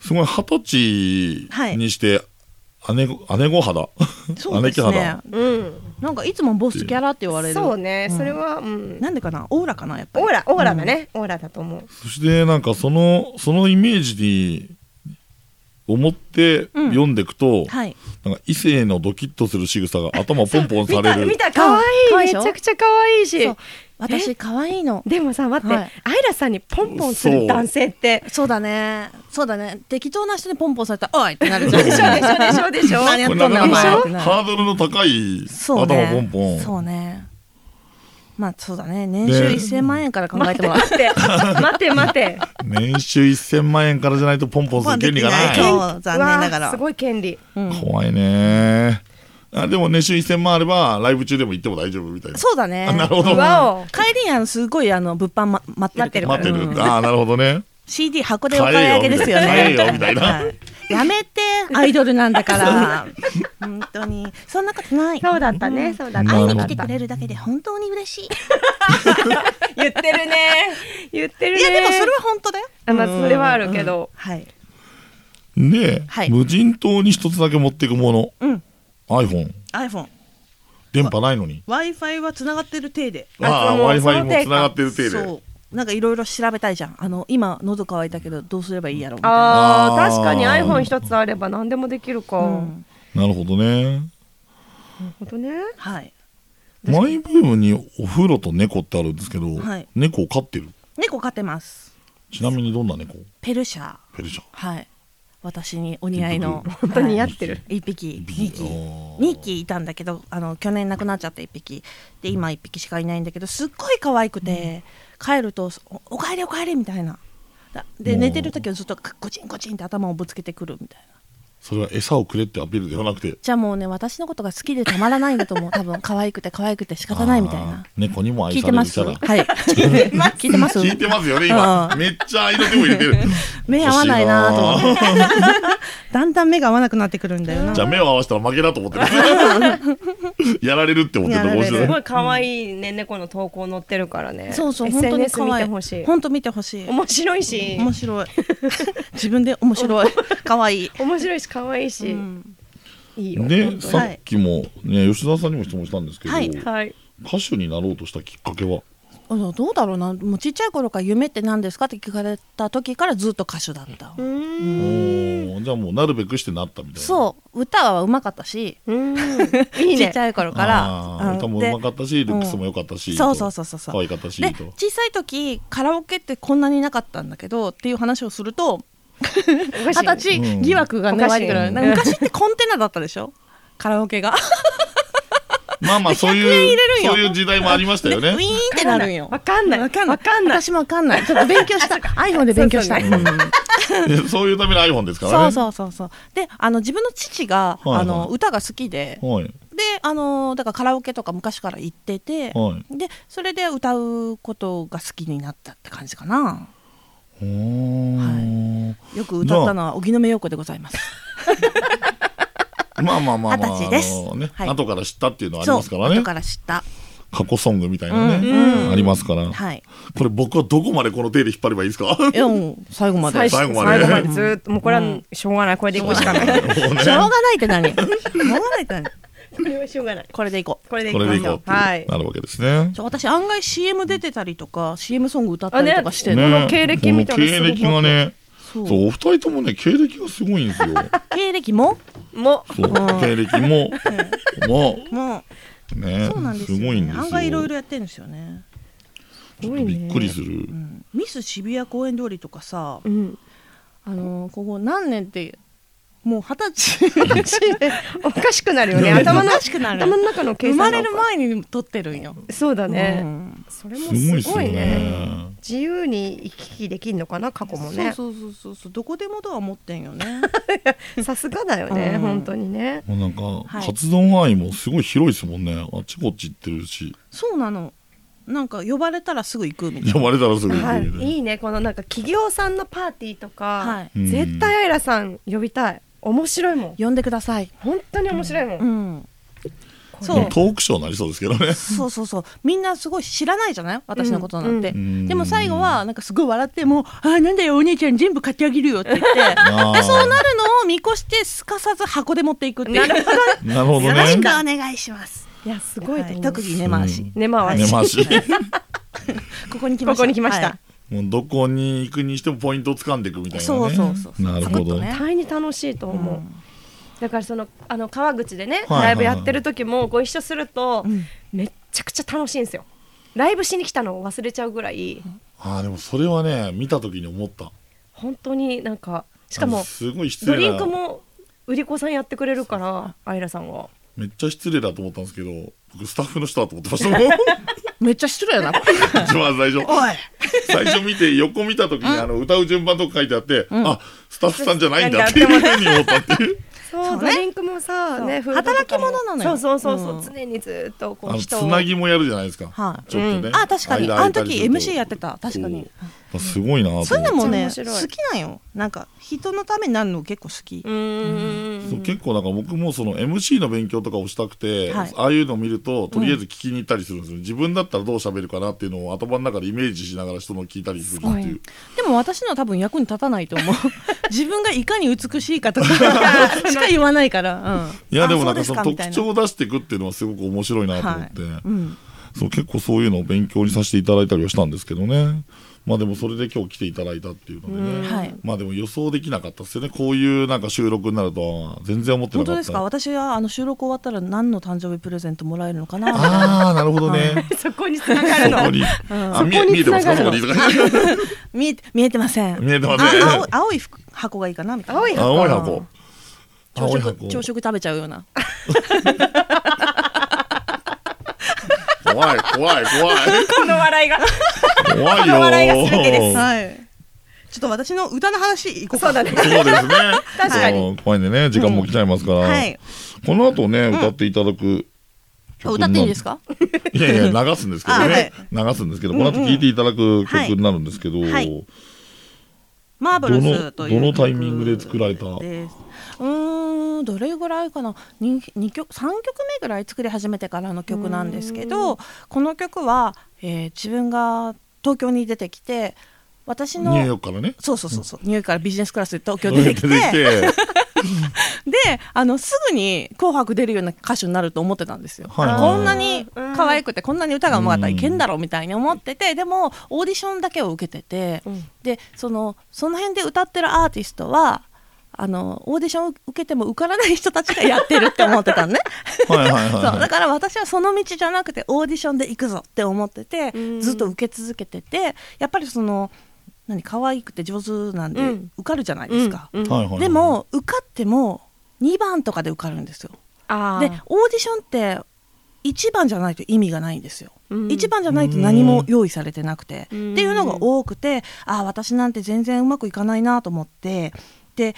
[SPEAKER 2] すごい二十
[SPEAKER 3] は
[SPEAKER 2] 歳
[SPEAKER 3] い
[SPEAKER 2] にして、姉ご姉御肌
[SPEAKER 3] そうです
[SPEAKER 2] 姉貴
[SPEAKER 3] ね
[SPEAKER 2] 肌。
[SPEAKER 4] うん
[SPEAKER 3] なんかいつもボスキャラって言われる。
[SPEAKER 4] そうね
[SPEAKER 3] うん
[SPEAKER 4] それはうん
[SPEAKER 3] なんでかな、オーラかな、やっぱり。
[SPEAKER 4] オーラオーラだねオーラだと思う
[SPEAKER 2] そしてなんかそのそのイメージに思って
[SPEAKER 3] うん
[SPEAKER 2] 読んでいくと、
[SPEAKER 3] はい。
[SPEAKER 2] なんか異性のドキッとする仕草が 頭ポンポンさ
[SPEAKER 4] 見
[SPEAKER 2] れ
[SPEAKER 4] た
[SPEAKER 2] る
[SPEAKER 4] 見た可
[SPEAKER 3] 可
[SPEAKER 4] 愛
[SPEAKER 3] 愛い
[SPEAKER 4] いめ
[SPEAKER 3] でしょ
[SPEAKER 4] ちゃくちゃ可愛いし
[SPEAKER 3] そう、私可愛いの。
[SPEAKER 4] でもさ待って、
[SPEAKER 3] はい
[SPEAKER 4] アイラさんにポンポンする男性って
[SPEAKER 3] そうだね。そうだね。適当な人にポンポンされたら、おいってなる じゃん。
[SPEAKER 4] でしょでしょでしょでしょ
[SPEAKER 3] 何やっ
[SPEAKER 2] こ
[SPEAKER 3] と
[SPEAKER 2] れ
[SPEAKER 3] ん
[SPEAKER 2] な
[SPEAKER 3] ねん、
[SPEAKER 2] かな
[SPEAKER 3] お前って
[SPEAKER 2] か
[SPEAKER 3] なる。
[SPEAKER 2] ハードルの高い
[SPEAKER 3] そう
[SPEAKER 2] 頭
[SPEAKER 3] ね。
[SPEAKER 2] ポンポン
[SPEAKER 3] そうね。まあ、そうだね。年
[SPEAKER 2] ね
[SPEAKER 3] 収1000万円から考えて もらう。
[SPEAKER 4] 待って待って待 って
[SPEAKER 2] 年収1000万円からじゃないとポンポンする権利がな
[SPEAKER 3] ポン
[SPEAKER 2] い
[SPEAKER 3] ポンできないそう残念ながら
[SPEAKER 4] うわーすごい権利
[SPEAKER 3] うん
[SPEAKER 2] 怖いねあでも年収1000万あればライブ中でも行っても大丈夫みたいな
[SPEAKER 3] そうだね
[SPEAKER 2] あ。なるほど
[SPEAKER 4] わお
[SPEAKER 3] 帰りにあのすごいあの物販ま待ってるか
[SPEAKER 2] 待
[SPEAKER 3] ら。
[SPEAKER 2] ってる、
[SPEAKER 3] うん
[SPEAKER 2] ああなるほどね
[SPEAKER 3] CD 箱でお買い上げですよね。
[SPEAKER 2] 買えよみたいな
[SPEAKER 3] はやめて、アイドルなん だから。本当に。そんなことない。
[SPEAKER 4] そうだったねそうだった
[SPEAKER 3] 会い
[SPEAKER 2] なる
[SPEAKER 3] に
[SPEAKER 2] ほど
[SPEAKER 3] 来てくれるだけで本当に嬉しい。
[SPEAKER 4] 言ってるね 言ってるね
[SPEAKER 3] いや、でもそれは本当だよ。
[SPEAKER 4] あまあそれはあるけど
[SPEAKER 3] はい。
[SPEAKER 2] で、
[SPEAKER 3] はい
[SPEAKER 2] 無人島に一つだけ持っていくもの
[SPEAKER 3] うん。
[SPEAKER 2] iPhone
[SPEAKER 3] iPhone。
[SPEAKER 2] 電波ないのに
[SPEAKER 3] Wi-Fi は繋がってる体で。
[SPEAKER 2] ああ
[SPEAKER 4] あもう
[SPEAKER 2] Wi-Fi
[SPEAKER 4] 想
[SPEAKER 2] も
[SPEAKER 4] 定
[SPEAKER 2] つながってる体で
[SPEAKER 3] そう。なんかいろいろ調べたいじゃん。あの、今、喉乾いたけど、どうすればいいやろみたいな。
[SPEAKER 4] あ
[SPEAKER 2] あ
[SPEAKER 4] ー
[SPEAKER 2] ー
[SPEAKER 4] 確かに iPhone 一つあれば何でもできるか、
[SPEAKER 3] うん
[SPEAKER 2] なるほどね
[SPEAKER 4] なるほどね
[SPEAKER 3] はい。
[SPEAKER 2] マイブームにお風呂と猫ってあるんですけど、
[SPEAKER 3] はい
[SPEAKER 2] 猫を飼ってる
[SPEAKER 3] 猫飼ってます。
[SPEAKER 2] ちなみにどんな猫
[SPEAKER 3] ペルシャ。
[SPEAKER 2] ペルシャ
[SPEAKER 3] はい。私にお似合いの。
[SPEAKER 4] 本当に似合ってる、
[SPEAKER 3] 一匹
[SPEAKER 2] ビ
[SPEAKER 3] 二
[SPEAKER 2] ー
[SPEAKER 3] 匹
[SPEAKER 2] あー
[SPEAKER 3] 二匹いたんだけどあの去年亡くなっちゃって一匹で今一匹しかいないんだけどすっごい可愛くて、帰るとお「おかえりおかえり」みたいなだで
[SPEAKER 2] もう
[SPEAKER 3] 寝てる時はずっとゴチンゴチンって頭をぶつけてくるみたいな
[SPEAKER 2] それは餌をくれってアピールではなくて
[SPEAKER 3] じゃあもうね私のことが好きでたまらないんだ と思う多分可愛くて可愛くて仕方ないみたいな
[SPEAKER 2] あー猫にも
[SPEAKER 3] 聞
[SPEAKER 2] 愛
[SPEAKER 3] い
[SPEAKER 2] さ
[SPEAKER 3] て
[SPEAKER 2] れ
[SPEAKER 3] ま
[SPEAKER 2] るキ
[SPEAKER 3] す
[SPEAKER 2] ャ
[SPEAKER 3] は
[SPEAKER 2] ラ
[SPEAKER 3] い 聞いてます
[SPEAKER 2] 聞いてますよね今
[SPEAKER 3] うん
[SPEAKER 2] めっちゃ間でも入れてる
[SPEAKER 3] 目合わないなと思っ
[SPEAKER 2] 欲
[SPEAKER 3] て
[SPEAKER 2] しいなー
[SPEAKER 3] だんだん目が合わなくなってくるんだよな
[SPEAKER 2] じゃあ目を合わせたら負けだと思ってる やられるって思ってると面
[SPEAKER 3] やら
[SPEAKER 2] 白
[SPEAKER 3] れ
[SPEAKER 4] す
[SPEAKER 2] い
[SPEAKER 4] ご
[SPEAKER 3] る
[SPEAKER 4] い可愛いね猫の投稿載ってるからね
[SPEAKER 3] そうそう本当に
[SPEAKER 4] SNS
[SPEAKER 3] 可
[SPEAKER 4] 見
[SPEAKER 3] 愛
[SPEAKER 4] て
[SPEAKER 3] い
[SPEAKER 4] ほしい
[SPEAKER 3] 本当見てほしい
[SPEAKER 4] 面白いし
[SPEAKER 3] 面白い 自分で面白い可愛い
[SPEAKER 4] 面白いし可愛いし、
[SPEAKER 3] うん
[SPEAKER 4] いいよ
[SPEAKER 2] で
[SPEAKER 4] 本当に
[SPEAKER 2] さっきもね吉田さんにも質問したんですけど
[SPEAKER 3] はい
[SPEAKER 2] 歌
[SPEAKER 4] はい
[SPEAKER 2] 手になろうとしたきっかけは
[SPEAKER 3] あのどうだろうなもうちっちゃい頃から夢って何ですかって聞かれた時からずっと歌手だった、
[SPEAKER 4] うーん
[SPEAKER 2] おーじゃあもうなるべくしてなったみたいな
[SPEAKER 3] そう歌はうまかったし
[SPEAKER 4] うーんいい
[SPEAKER 3] ちっ
[SPEAKER 4] ね
[SPEAKER 3] ちゃい頃
[SPEAKER 2] う
[SPEAKER 3] からあの
[SPEAKER 2] 歌もうまかったしルックスも良かったし
[SPEAKER 3] で
[SPEAKER 2] と
[SPEAKER 3] そうそうそうそうそう
[SPEAKER 2] 可愛かったし
[SPEAKER 3] で
[SPEAKER 2] と
[SPEAKER 3] 小さい時カラオケってこんなになかったんだけどっていう話をすると
[SPEAKER 4] おかしい
[SPEAKER 3] 二十歳疑惑がね
[SPEAKER 4] うん
[SPEAKER 3] 湧いてるなんか昔ってコンテナだったでしょカラオ ケが
[SPEAKER 2] まあまあそう
[SPEAKER 3] 円入
[SPEAKER 2] いう
[SPEAKER 3] れるよ
[SPEAKER 2] そういう時代もありましたよ
[SPEAKER 3] ウィー
[SPEAKER 2] ね
[SPEAKER 3] ンってなるんよ
[SPEAKER 4] わかんない
[SPEAKER 3] わかんな
[SPEAKER 4] わ
[SPEAKER 3] い
[SPEAKER 4] かんない
[SPEAKER 3] 私もわかんないちょっと勉強した iPhone で勉強したい
[SPEAKER 4] そう
[SPEAKER 2] そうで そういうための iPhone ですから
[SPEAKER 3] そう
[SPEAKER 2] ね
[SPEAKER 3] そうそうそうであの自分の父が、
[SPEAKER 2] はいはい
[SPEAKER 3] あの歌が好きで
[SPEAKER 2] はい
[SPEAKER 3] であのだからカラオケとか昔から行ってて、
[SPEAKER 2] はい
[SPEAKER 3] でそれで歌うことが好きになったって感じかな
[SPEAKER 2] ほー
[SPEAKER 3] よく歌ったのは荻野目洋子でございます
[SPEAKER 2] まあまあまあまあ
[SPEAKER 3] 二十歳です
[SPEAKER 2] あのね
[SPEAKER 3] はい
[SPEAKER 2] 後から知ったっていうのはありますから
[SPEAKER 3] そう
[SPEAKER 2] ね
[SPEAKER 3] 後から知った
[SPEAKER 2] 過去ソングみたいなね、
[SPEAKER 3] うん
[SPEAKER 2] ありますから、
[SPEAKER 3] はい
[SPEAKER 2] これ僕はどこまでこの手で引っ張ればいいです か
[SPEAKER 3] いやもう最後まで
[SPEAKER 4] 最
[SPEAKER 3] しょ
[SPEAKER 2] 最
[SPEAKER 4] 最
[SPEAKER 2] 後
[SPEAKER 4] 後
[SPEAKER 2] ま
[SPEAKER 4] ま
[SPEAKER 2] で
[SPEAKER 4] でずーっともうこれはしょうがないこれでいこうしかない
[SPEAKER 3] うがないって何 しょうがないって何
[SPEAKER 4] これはしょうがない
[SPEAKER 3] これでいこう
[SPEAKER 4] これでい
[SPEAKER 2] こ
[SPEAKER 4] き
[SPEAKER 2] れ
[SPEAKER 4] ま
[SPEAKER 2] で
[SPEAKER 4] し
[SPEAKER 2] いこ
[SPEAKER 4] ょ
[SPEAKER 2] うっ
[SPEAKER 4] う
[SPEAKER 2] ていう
[SPEAKER 4] はい
[SPEAKER 2] なるわけですね
[SPEAKER 3] ちょ私案外 CM 出てたりとか CM ソング歌ったりとかして、
[SPEAKER 4] ねこの
[SPEAKER 2] こ
[SPEAKER 4] 経
[SPEAKER 2] の
[SPEAKER 4] 歴
[SPEAKER 2] 経
[SPEAKER 4] 見たらすごく
[SPEAKER 2] 歴がね
[SPEAKER 3] そ
[SPEAKER 2] そううお二人ともね経歴がすごいんです よ
[SPEAKER 3] 経歴も
[SPEAKER 4] も
[SPEAKER 2] そう
[SPEAKER 3] うん
[SPEAKER 2] 経歴もも
[SPEAKER 3] もう
[SPEAKER 2] うね
[SPEAKER 3] そうなんですすよ、ね、
[SPEAKER 2] ごいんですよ
[SPEAKER 3] 案外いろいろやってるんですよね、
[SPEAKER 2] ちょっとびっくりする、
[SPEAKER 3] うん、ミス渋谷公園通りとかさ
[SPEAKER 4] う、う ん、
[SPEAKER 3] あのーここ何年ってもう二十 歳
[SPEAKER 4] おかしくなるよね頭の
[SPEAKER 3] おかしくなる
[SPEAKER 4] 頭の中の計算
[SPEAKER 3] 生ま
[SPEAKER 4] が
[SPEAKER 3] れる前に撮ってるんよ、
[SPEAKER 4] そうだね、
[SPEAKER 3] うん
[SPEAKER 4] それも
[SPEAKER 2] すごいですす
[SPEAKER 4] ご
[SPEAKER 2] よ
[SPEAKER 4] いね
[SPEAKER 2] ね
[SPEAKER 4] 自由に行き来できるのかな過去も
[SPEAKER 3] そう
[SPEAKER 4] ね
[SPEAKER 3] そうそうそうそうどこでもドア持ってんよね
[SPEAKER 4] さすがだよね、
[SPEAKER 3] うん
[SPEAKER 4] 本当にね
[SPEAKER 2] もうなんか、
[SPEAKER 3] はい
[SPEAKER 2] 活動範囲もすごい広いですもんねあっちこっち行ってるし
[SPEAKER 3] そうなのなんか呼ばれたらすぐ行くみたい
[SPEAKER 2] 呼
[SPEAKER 3] な
[SPEAKER 2] ばれたらすぐ行くみた
[SPEAKER 4] はいい
[SPEAKER 2] な、、
[SPEAKER 4] いいねこのなんか企業さんのパーティーとか、
[SPEAKER 3] はい
[SPEAKER 2] うん
[SPEAKER 4] 絶対アイラさん呼びたい面白いもん
[SPEAKER 3] 呼んでください
[SPEAKER 4] 本当に面白いもん、
[SPEAKER 3] うん
[SPEAKER 2] で
[SPEAKER 3] そ
[SPEAKER 2] も
[SPEAKER 3] う
[SPEAKER 2] トークショーになりそうですけどね
[SPEAKER 3] そうそうそうみんなすごい知らないじゃない私のことなんて、
[SPEAKER 4] うん
[SPEAKER 2] うん
[SPEAKER 3] でも最後はなんかすごい笑ってもう「あーなんだよお姉ちゃん全部買ってあげるよ」って言って
[SPEAKER 2] あ
[SPEAKER 3] で
[SPEAKER 2] ー
[SPEAKER 3] そうなるのを見越してすかさず箱で持っていくっていう
[SPEAKER 4] なるほ
[SPEAKER 2] なるほどね
[SPEAKER 3] よろしくお願いします。
[SPEAKER 4] いやすごいと
[SPEAKER 3] は
[SPEAKER 4] 思、
[SPEAKER 3] いう特技根回し。
[SPEAKER 4] 根回
[SPEAKER 2] ね
[SPEAKER 4] し、
[SPEAKER 2] まし
[SPEAKER 3] ここに来ま
[SPEAKER 4] こ
[SPEAKER 3] した。
[SPEAKER 4] こに来ました、
[SPEAKER 3] はい
[SPEAKER 2] もうどこに行くにしてもポイントを掴んでいくみたいなね
[SPEAKER 3] そうそうそうそう
[SPEAKER 2] なるほど、
[SPEAKER 3] サクッとね
[SPEAKER 4] 大に楽しいと思う、だからそのあの川口でね、
[SPEAKER 2] はいはい
[SPEAKER 4] ライブやってる時もご一緒すると、
[SPEAKER 3] ん
[SPEAKER 4] めっちゃくちゃ楽しいんですよライブしに来たのを忘れちゃうぐらい
[SPEAKER 2] ああでもそれはね見た時に思った
[SPEAKER 4] 本当になんかしか
[SPEAKER 2] あの
[SPEAKER 4] も
[SPEAKER 2] すごい失
[SPEAKER 4] ド
[SPEAKER 2] 礼
[SPEAKER 4] リン
[SPEAKER 2] な
[SPEAKER 4] クも売り子さんやってくれるからアイラさんは
[SPEAKER 2] めっちゃ失礼だと思ったんですけど僕スタッフの人だと思ってましたもん一
[SPEAKER 3] めっちゃ失礼やな。
[SPEAKER 2] 番最初
[SPEAKER 3] おい。
[SPEAKER 2] 最初見て横見た時にあの歌う順番とか書いてあって、あスタッフさんじゃないんだっていうふうに思ったって いう
[SPEAKER 4] そう
[SPEAKER 3] そう
[SPEAKER 4] ド
[SPEAKER 3] ね
[SPEAKER 4] リンクもさ
[SPEAKER 3] そう
[SPEAKER 4] ねフードとかも
[SPEAKER 3] 働き者なのよ
[SPEAKER 4] そうそうそうそう、
[SPEAKER 3] うん
[SPEAKER 4] 常にずっとこ
[SPEAKER 2] あ
[SPEAKER 4] う
[SPEAKER 2] の
[SPEAKER 4] 人
[SPEAKER 2] つ
[SPEAKER 4] を
[SPEAKER 2] なぎもやるじゃないですか、
[SPEAKER 3] はい
[SPEAKER 2] ちょっとね、
[SPEAKER 3] あ確かに
[SPEAKER 2] 間
[SPEAKER 3] あ
[SPEAKER 2] 空
[SPEAKER 3] の
[SPEAKER 2] いたり
[SPEAKER 3] 時
[SPEAKER 2] すると
[SPEAKER 3] MC やってた確かに
[SPEAKER 2] そうすごいなと思って
[SPEAKER 3] そういうのも
[SPEAKER 4] め
[SPEAKER 3] ね
[SPEAKER 4] っちゃ面白い
[SPEAKER 3] 好きなんよなんか人のためになるの結構好き
[SPEAKER 4] うーん
[SPEAKER 2] そう結構なんか僕もその MC の勉強とかをしたくて、
[SPEAKER 3] はい
[SPEAKER 2] ああいうのを見るととりあえず聞きに行ったりするんですよ、自分だったらどう喋るかなっていうのを頭の中でイメージしながら人の聞いたりするって
[SPEAKER 4] すご
[SPEAKER 2] いう
[SPEAKER 4] い
[SPEAKER 3] でも私のは多分役に立たないと 思う自分がいかに美しい かとかしか言わないから、うん、
[SPEAKER 2] いや
[SPEAKER 3] あ
[SPEAKER 2] でもなんかそ
[SPEAKER 3] そう
[SPEAKER 2] の
[SPEAKER 3] ですみた
[SPEAKER 2] 特
[SPEAKER 3] いな
[SPEAKER 2] 徴を出していくっていうのはすごく面白いなと思って、
[SPEAKER 3] はいうん、
[SPEAKER 2] そう結構そういうのを勉強にさせていただいたりはしたんですけどねまあでもそれで今日来ていただいたっていうのでね、
[SPEAKER 3] はい
[SPEAKER 2] まあでも予想できなかったですよねこういうなんか収録になるとは全然思ってなか
[SPEAKER 3] 本当
[SPEAKER 2] った
[SPEAKER 3] ですか私はあの収録終わったら何の誕生日プレゼントもらえるのかな
[SPEAKER 2] ああなるほどね
[SPEAKER 4] そこにつながる
[SPEAKER 2] そこ
[SPEAKER 4] の
[SPEAKER 2] に、あ見え見えてますかそこに
[SPEAKER 3] 見え見えてません
[SPEAKER 2] 見えてません
[SPEAKER 3] あ青い 青い服箱がいいかなみたいな
[SPEAKER 4] 青い
[SPEAKER 2] あ青い箱。
[SPEAKER 3] 朝
[SPEAKER 2] 青い
[SPEAKER 3] 食
[SPEAKER 2] 箱。
[SPEAKER 3] 朝食食べちゃうような
[SPEAKER 2] 怖い怖い怖い
[SPEAKER 4] この笑いが
[SPEAKER 2] 怖い よ。
[SPEAKER 4] この笑いが全てです
[SPEAKER 3] はいちょっと私の歌の話いこうか
[SPEAKER 4] そうだね
[SPEAKER 2] そうですね
[SPEAKER 4] 確かに
[SPEAKER 2] そう怖いんでね時間も来ちゃいますから、
[SPEAKER 3] はい
[SPEAKER 2] この後ね歌っていただく曲
[SPEAKER 6] 歌っていいですか
[SPEAKER 2] いやいや流すんですけどね、流すんですけどこの後聴いていただく
[SPEAKER 3] はい
[SPEAKER 2] 曲になるんですけど、
[SPEAKER 3] はいマーブ
[SPEAKER 2] ど
[SPEAKER 3] ル
[SPEAKER 2] の
[SPEAKER 3] スという
[SPEAKER 2] どのタイミングで作られた
[SPEAKER 3] ですうーんどれぐらいかなに二曲3曲目ぐらい作り始めてからの曲なんですけどこの曲は、えー自分が東京に出てきて私
[SPEAKER 2] ニューヨ
[SPEAKER 3] の
[SPEAKER 2] ークからね
[SPEAKER 3] そうそうそうそうニューヨークからビジネスクラスで東京出てきて
[SPEAKER 2] 出てきて
[SPEAKER 3] であのすぐに「紅白」出るような歌手になると思ってたんですよ。
[SPEAKER 2] はいはい
[SPEAKER 3] こんなに可愛くてこんなに歌がうまかったらいけんだろうみたいに思っててでもオーディションだけを受けてて、でそのその辺で歌ってるアーティストはあのオーディションを受けても受からない人たちがやってるって思ってたのね。
[SPEAKER 2] はいはいはい
[SPEAKER 3] そう
[SPEAKER 2] はい
[SPEAKER 3] だから私はその道じゃなくてオーディションで行くぞって思っててずっと受け続けててやっぱりその何可愛くて上手なんで
[SPEAKER 4] うん
[SPEAKER 3] 受かるじゃないですか。
[SPEAKER 4] うん
[SPEAKER 2] はいはいはい
[SPEAKER 3] でも受かっても2番とかで受かるんですよ。
[SPEAKER 4] あ
[SPEAKER 3] で
[SPEAKER 4] ー
[SPEAKER 3] オーディションって1番じゃないと意味がないんですよ。
[SPEAKER 4] うん
[SPEAKER 3] 1番じゃないと何も用意されてなくてって
[SPEAKER 4] うん
[SPEAKER 3] いうのが多くてああ私なんて全然うまくいかないなと思ってで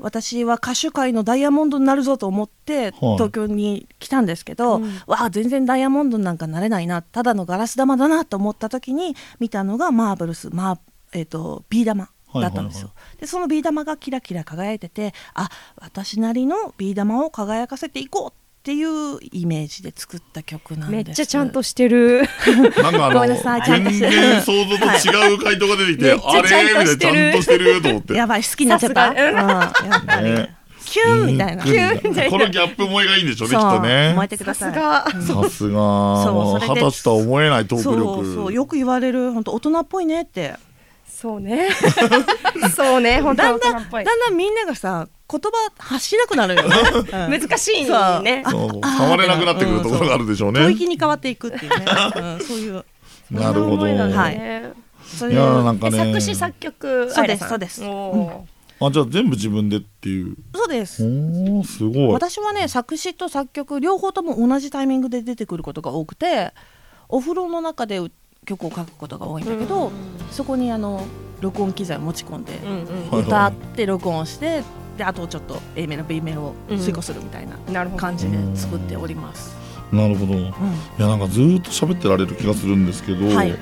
[SPEAKER 3] 私は歌手界のダイヤモンドになるぞと思って東京に来たんですけど、わあ全然ダイヤモンドなんかなれないなただのガラス玉だなと思った時に見たのがマーブルス、マーえー、とビー玉だったんですよ。
[SPEAKER 2] は
[SPEAKER 3] でそのビー玉がキラキラ輝いててあ私なりのビー玉を輝かせていこうっていうイメージで作った曲なんです
[SPEAKER 4] めっちゃちゃんとしてる。
[SPEAKER 2] なんかあの
[SPEAKER 3] ごめんなさいちゃんと
[SPEAKER 2] 全
[SPEAKER 3] してる
[SPEAKER 2] 然想像と違う回答が出てきて、
[SPEAKER 4] はい
[SPEAKER 2] あれ
[SPEAKER 4] めっ
[SPEAKER 2] み
[SPEAKER 4] ち
[SPEAKER 2] た
[SPEAKER 4] ゃ
[SPEAKER 2] いなちゃんとしてると思って。
[SPEAKER 3] やばい好きになっちゃった、
[SPEAKER 4] さ
[SPEAKER 3] うん、
[SPEAKER 4] すが
[SPEAKER 3] やっぱり、
[SPEAKER 2] ね
[SPEAKER 3] キュンみたいな
[SPEAKER 2] キュンみたいなこのギャップ萌えがいいんでしょうねきっとね
[SPEAKER 3] 燃えてください
[SPEAKER 2] さすが
[SPEAKER 3] そうそれ
[SPEAKER 2] 二
[SPEAKER 3] で
[SPEAKER 2] 十歳とは思えないトーク
[SPEAKER 3] そ
[SPEAKER 2] 力
[SPEAKER 3] うそうよく言われる本当大人っぽいねって
[SPEAKER 4] そう ね。そうね。
[SPEAKER 3] だ
[SPEAKER 4] 本
[SPEAKER 3] ん
[SPEAKER 4] 当
[SPEAKER 3] だ
[SPEAKER 4] は
[SPEAKER 3] ん
[SPEAKER 4] 大
[SPEAKER 3] だ
[SPEAKER 4] 人っぽい
[SPEAKER 3] んだんみんながさ言葉発しなくなる よね、うん
[SPEAKER 4] 難しいね。
[SPEAKER 2] そう触れなくなってくるところがあるでしょうね
[SPEAKER 3] 吐息に変わっていくっていうね、うん、そういう
[SPEAKER 2] なる
[SPEAKER 4] そんな
[SPEAKER 2] ほど、
[SPEAKER 4] 思いなん
[SPEAKER 3] は
[SPEAKER 4] だ
[SPEAKER 3] い
[SPEAKER 4] ね
[SPEAKER 3] そう
[SPEAKER 2] い
[SPEAKER 3] い
[SPEAKER 2] やーな
[SPEAKER 3] うん
[SPEAKER 2] か
[SPEAKER 4] え
[SPEAKER 2] ね
[SPEAKER 4] 作詞作曲
[SPEAKER 3] そうです
[SPEAKER 4] アイラさん
[SPEAKER 3] そうです
[SPEAKER 4] お
[SPEAKER 2] あじゃあ全部自分でっていう
[SPEAKER 3] そうです
[SPEAKER 2] おーすごい
[SPEAKER 3] 私はね作詞と作曲両方とも同じタイミングで出てくることが多くてお風呂の中でう曲を書くことが多いんだけど、そこにあの録音機材を持ち込んで、
[SPEAKER 4] ーうん
[SPEAKER 2] はい
[SPEAKER 3] 歌って録音してであとちょっと A メロ B メロを追加するみたいな
[SPEAKER 4] うん。なるほど。
[SPEAKER 3] 感じで作っております。
[SPEAKER 2] なるほどいやなんかずーっと喋ってられる気がするんですけど一、
[SPEAKER 3] はい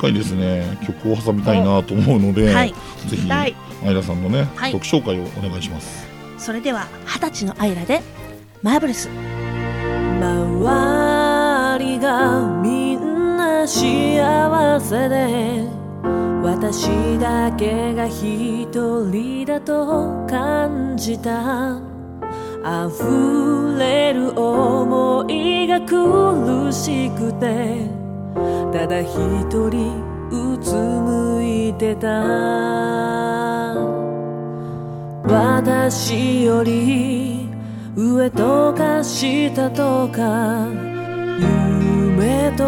[SPEAKER 2] 回ですね曲を挟みたいなと思うので、
[SPEAKER 3] はい
[SPEAKER 2] ぜひ
[SPEAKER 4] は
[SPEAKER 2] ア
[SPEAKER 4] い
[SPEAKER 2] イラさんのね、
[SPEAKER 3] はい
[SPEAKER 2] 曲紹介をお願いします
[SPEAKER 3] それでは二十歳のアイラでマーブルス
[SPEAKER 5] 周りがみんな幸せで私だけが一人だと感じた溢れる想いが苦しくてただ一人うつむいてた私より上とか下とか夢と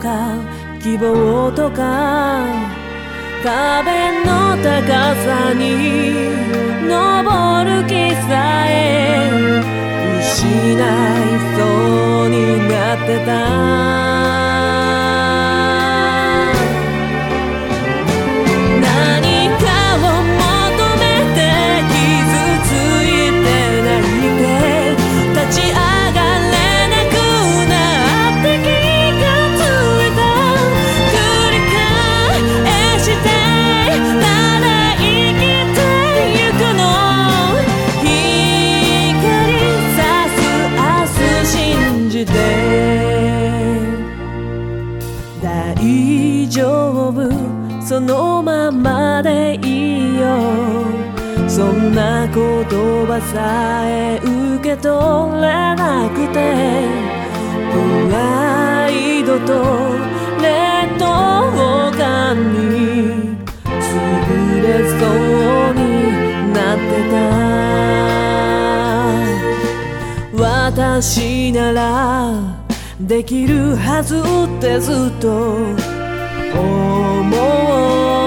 [SPEAKER 5] か希望とか壁の高さに登る気さえ失いそうになってた何かを求めて傷ついて泣いて立ち上がれなくなって気がついた繰り返してただ生きてゆくの光さす明日信じて大丈夫そのままでいいよそんな言葉さえ受け取れなくてプライドと劣等感に潰れそうになってた私ならできるはずってずっと思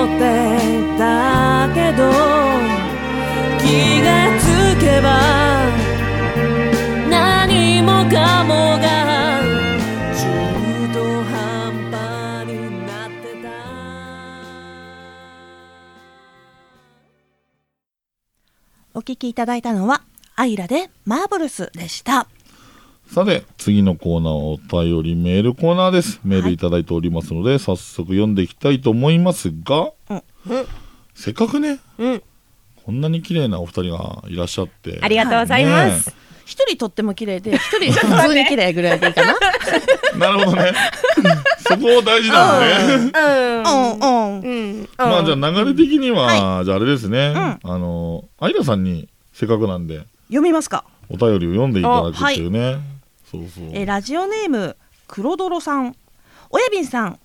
[SPEAKER 5] ってたけど気がつけば何もかもが中途半端になってた
[SPEAKER 3] きいただいたのは、アイラでマーブルスでした。
[SPEAKER 2] さて、次のコーナーはお便りメールコーナーです。メールいただいておりますので、早速読んでいきたいと思いますが、せっかくね、
[SPEAKER 4] うん
[SPEAKER 2] こんなに綺麗なお二人がいらっしゃって。
[SPEAKER 4] ありがとうございます
[SPEAKER 2] ね。
[SPEAKER 3] 一人とっても綺麗で、一 人普通に綺麗ぐらいでいいかな。
[SPEAKER 2] えなるほど ね。そこは大事な
[SPEAKER 4] うん。
[SPEAKER 2] のね。
[SPEAKER 3] うんうん。
[SPEAKER 4] うん。
[SPEAKER 2] まあじゃあ流れ的には、じゃああれですね、あの、アイラさんにせっかくなんで、
[SPEAKER 3] 読みますか。
[SPEAKER 2] お便りを読んでいただくっていうね。そうそう。
[SPEAKER 3] えーラジオネーム黒泥さん、親瓶さん、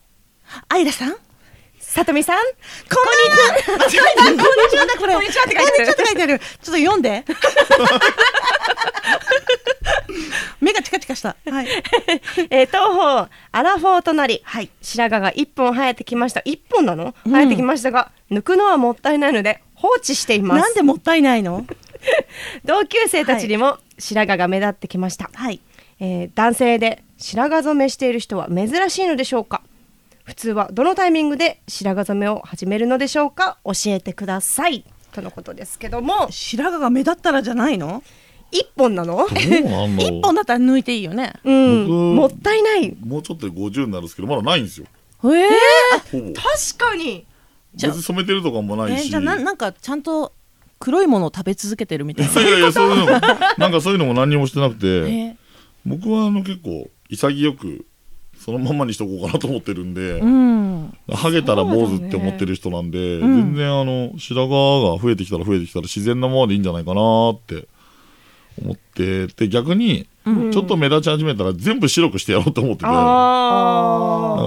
[SPEAKER 3] アイラさん。こん
[SPEAKER 4] さとみ さん、
[SPEAKER 3] にちは。間違えた。こんにちはだこれ。こんにちはって
[SPEAKER 4] 書いてる
[SPEAKER 3] 書いてある。ちょっと読んで。 目がチカチカした。はい。
[SPEAKER 4] えー、東方アラフォーとなり、
[SPEAKER 3] はい
[SPEAKER 4] 白髪が一本生えてきました一本なの生えてきましたが、抜くのはもったいないので放置しています
[SPEAKER 3] なんでもったいないの？
[SPEAKER 4] 同級生たちにも白髪が目立ってきました、
[SPEAKER 3] はい。
[SPEAKER 4] えー男性で白髪染めしている人は珍しいのでしょうか普通はどのタイミングで白髪染めを始めるのでしょうか教えてくださいとのことですけども
[SPEAKER 3] 白髪が目立ったらじゃないの？
[SPEAKER 4] 一本なの
[SPEAKER 2] どうなんだろう
[SPEAKER 3] 一本だったら抜いていいよね。
[SPEAKER 4] うん
[SPEAKER 2] 僕
[SPEAKER 4] もったいない
[SPEAKER 2] もうちょっとで50になるんですけど、まだないんですよ。
[SPEAKER 3] えー、
[SPEAKER 2] ほぼ。
[SPEAKER 4] 確かに
[SPEAKER 2] 別に染めてるとかもな
[SPEAKER 3] え
[SPEAKER 2] い
[SPEAKER 3] ー
[SPEAKER 2] し。
[SPEAKER 3] じゃあななんかちゃんと黒いものを食べ続けてるみたいな。
[SPEAKER 2] いやいや、そういうのも、なんかそういうのも何にもしてなく
[SPEAKER 3] え
[SPEAKER 2] て、
[SPEAKER 3] ー
[SPEAKER 2] 僕はあの結構潔く、そのままにしとこうかなと思ってるんで
[SPEAKER 3] う、ん。
[SPEAKER 2] ハゲたら坊主って思ってる人なんで、
[SPEAKER 3] ん
[SPEAKER 2] 全然あの、白髪が増えてきたら増えてきたら自然なままでいいんじゃないかなって思って、で、逆に、ちょっと目立ち始めたら全部白くしてやろうと思ってて、なん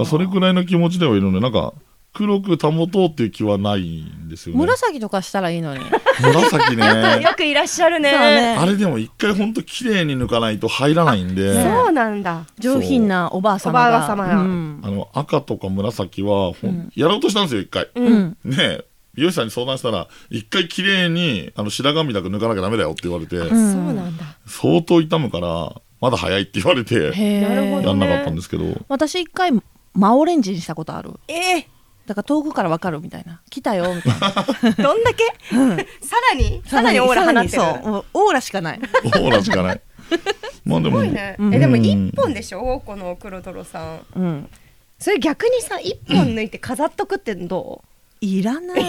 [SPEAKER 4] あ
[SPEAKER 2] かそれくらいの気持ちではいるので、なんか、黒く保とうっていう気はないんですよね。
[SPEAKER 3] 紫とかしたらいいのに。
[SPEAKER 2] 紫
[SPEAKER 4] あ
[SPEAKER 2] ね。
[SPEAKER 4] よくいらっしゃるね
[SPEAKER 3] そうね
[SPEAKER 2] あれでも一回ほんと綺麗に抜かないと入らないんで、
[SPEAKER 4] そうなんだ
[SPEAKER 3] 上品なおばあ様が。
[SPEAKER 4] おばあ様が
[SPEAKER 3] うん。
[SPEAKER 2] あの赤とか紫はほん、やろうとしたんですよ、一回。
[SPEAKER 3] うん。
[SPEAKER 2] ねえ、美容師さんに相談したら、一回綺麗にあの白髪みたく抜かなきゃダメだよって言われて、
[SPEAKER 3] ん
[SPEAKER 4] そうなんだ
[SPEAKER 2] 相当痛むから、まだ早いって言われて、
[SPEAKER 3] へ
[SPEAKER 4] なるほ
[SPEAKER 2] や
[SPEAKER 4] ど
[SPEAKER 2] んなかったんですけど、
[SPEAKER 3] 私一回真オレンジにしたことある。
[SPEAKER 4] え
[SPEAKER 3] だから遠くからわかるみたいな。来たよみたいな。
[SPEAKER 4] ー、どんだけさらにさらにオーラ放ってる
[SPEAKER 3] さらにそう。もうオーラしかない。
[SPEAKER 2] オーラしかない。まあですも、
[SPEAKER 4] ごいね、えでも
[SPEAKER 2] うん
[SPEAKER 4] 一本でしょこの黒泥さん
[SPEAKER 3] うん。
[SPEAKER 4] それ逆にさ一本抜いて飾っとくってどう
[SPEAKER 3] い らない。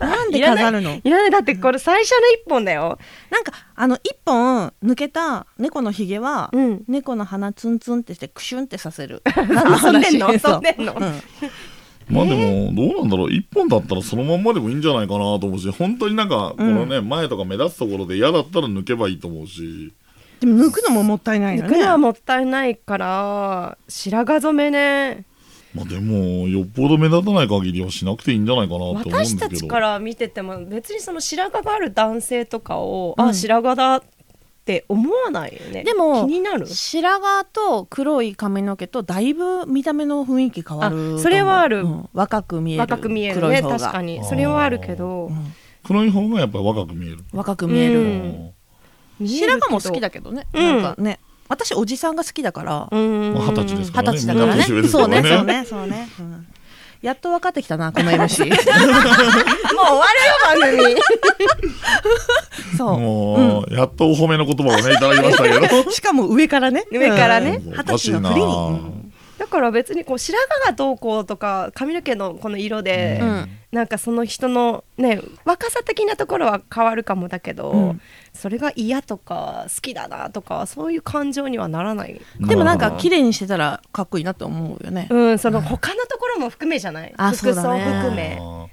[SPEAKER 3] なんで飾るの
[SPEAKER 4] いらないだってこれ最初の一本だよ
[SPEAKER 3] なんかあの一本抜けた猫のひげは、
[SPEAKER 4] うん
[SPEAKER 3] 猫の鼻ツンツンってしてクシュンってさ せる
[SPEAKER 4] 遊んでんの
[SPEAKER 3] そう
[SPEAKER 4] 遊んでんの
[SPEAKER 3] うん
[SPEAKER 2] まあでも、どうなんだろう、一本だったらそのまんまでもいいんじゃないかなと思うし、本当になんか、このね、前とか目立つところで嫌だったら抜けばいいと思うし、
[SPEAKER 3] でも抜くのももったいないよ
[SPEAKER 4] 抜
[SPEAKER 3] ね
[SPEAKER 4] くのはもったいないから白髪染めね
[SPEAKER 2] まあでも、よっぽど目立たない限りはしなくていいんじゃないかなと思うんです
[SPEAKER 4] 私
[SPEAKER 2] けど。
[SPEAKER 4] たちから見てても別にその白髪がある男性とかを、
[SPEAKER 3] うん
[SPEAKER 4] あ白髪だって思わないよね
[SPEAKER 3] でも
[SPEAKER 4] 気になる
[SPEAKER 3] 白髪と黒い髪の毛とだいぶ見た目の雰囲気変わると思
[SPEAKER 4] あ
[SPEAKER 3] う
[SPEAKER 4] それはある
[SPEAKER 3] うん若く見える
[SPEAKER 4] 若く見える
[SPEAKER 3] 黒い
[SPEAKER 4] ね
[SPEAKER 3] 方が
[SPEAKER 4] 確かにそれはあるけど
[SPEAKER 2] 黒い方がやっぱり若く見える。
[SPEAKER 3] 若く見える、
[SPEAKER 4] う
[SPEAKER 2] うん
[SPEAKER 4] ん
[SPEAKER 3] 白髪も好き
[SPEAKER 4] だ
[SPEAKER 3] だけどね、
[SPEAKER 4] うん
[SPEAKER 3] なんかね私おじさんが好きだから
[SPEAKER 4] うん
[SPEAKER 2] まあ二十歳です
[SPEAKER 3] 二
[SPEAKER 2] か
[SPEAKER 3] 十
[SPEAKER 2] らね。
[SPEAKER 3] 歳だから
[SPEAKER 2] み
[SPEAKER 3] ね
[SPEAKER 2] んな年上です
[SPEAKER 3] そ
[SPEAKER 2] か
[SPEAKER 3] うね
[SPEAKER 2] ら
[SPEAKER 3] そう。ねそうね、うんやっと分かってきたなこの MC
[SPEAKER 4] もう終わる よ番組
[SPEAKER 3] そ
[SPEAKER 2] もう、やっとお褒めの言葉をね、いただきましたけ ど。
[SPEAKER 3] うしかも上からね
[SPEAKER 4] 上からね
[SPEAKER 3] うん
[SPEAKER 2] お
[SPEAKER 3] 二
[SPEAKER 2] かし
[SPEAKER 3] 十歳
[SPEAKER 2] い
[SPEAKER 3] の
[SPEAKER 2] な
[SPEAKER 3] ふりに、
[SPEAKER 4] だから別にこう白髪がどうこうとか髪の毛のこの色で、
[SPEAKER 3] うん
[SPEAKER 4] なんかその人のね若さ的なところは変わるかもだけど、
[SPEAKER 3] うん
[SPEAKER 4] それが嫌とか好きだなとかそういう感情にはならない、
[SPEAKER 3] うんでもなんか綺麗にしてたらかっこいいなと思うよね、
[SPEAKER 4] うん、その他のところも含めじゃない
[SPEAKER 3] あ
[SPEAKER 4] 服装
[SPEAKER 3] そうだね
[SPEAKER 4] 含
[SPEAKER 2] あ
[SPEAKER 4] め
[SPEAKER 2] ー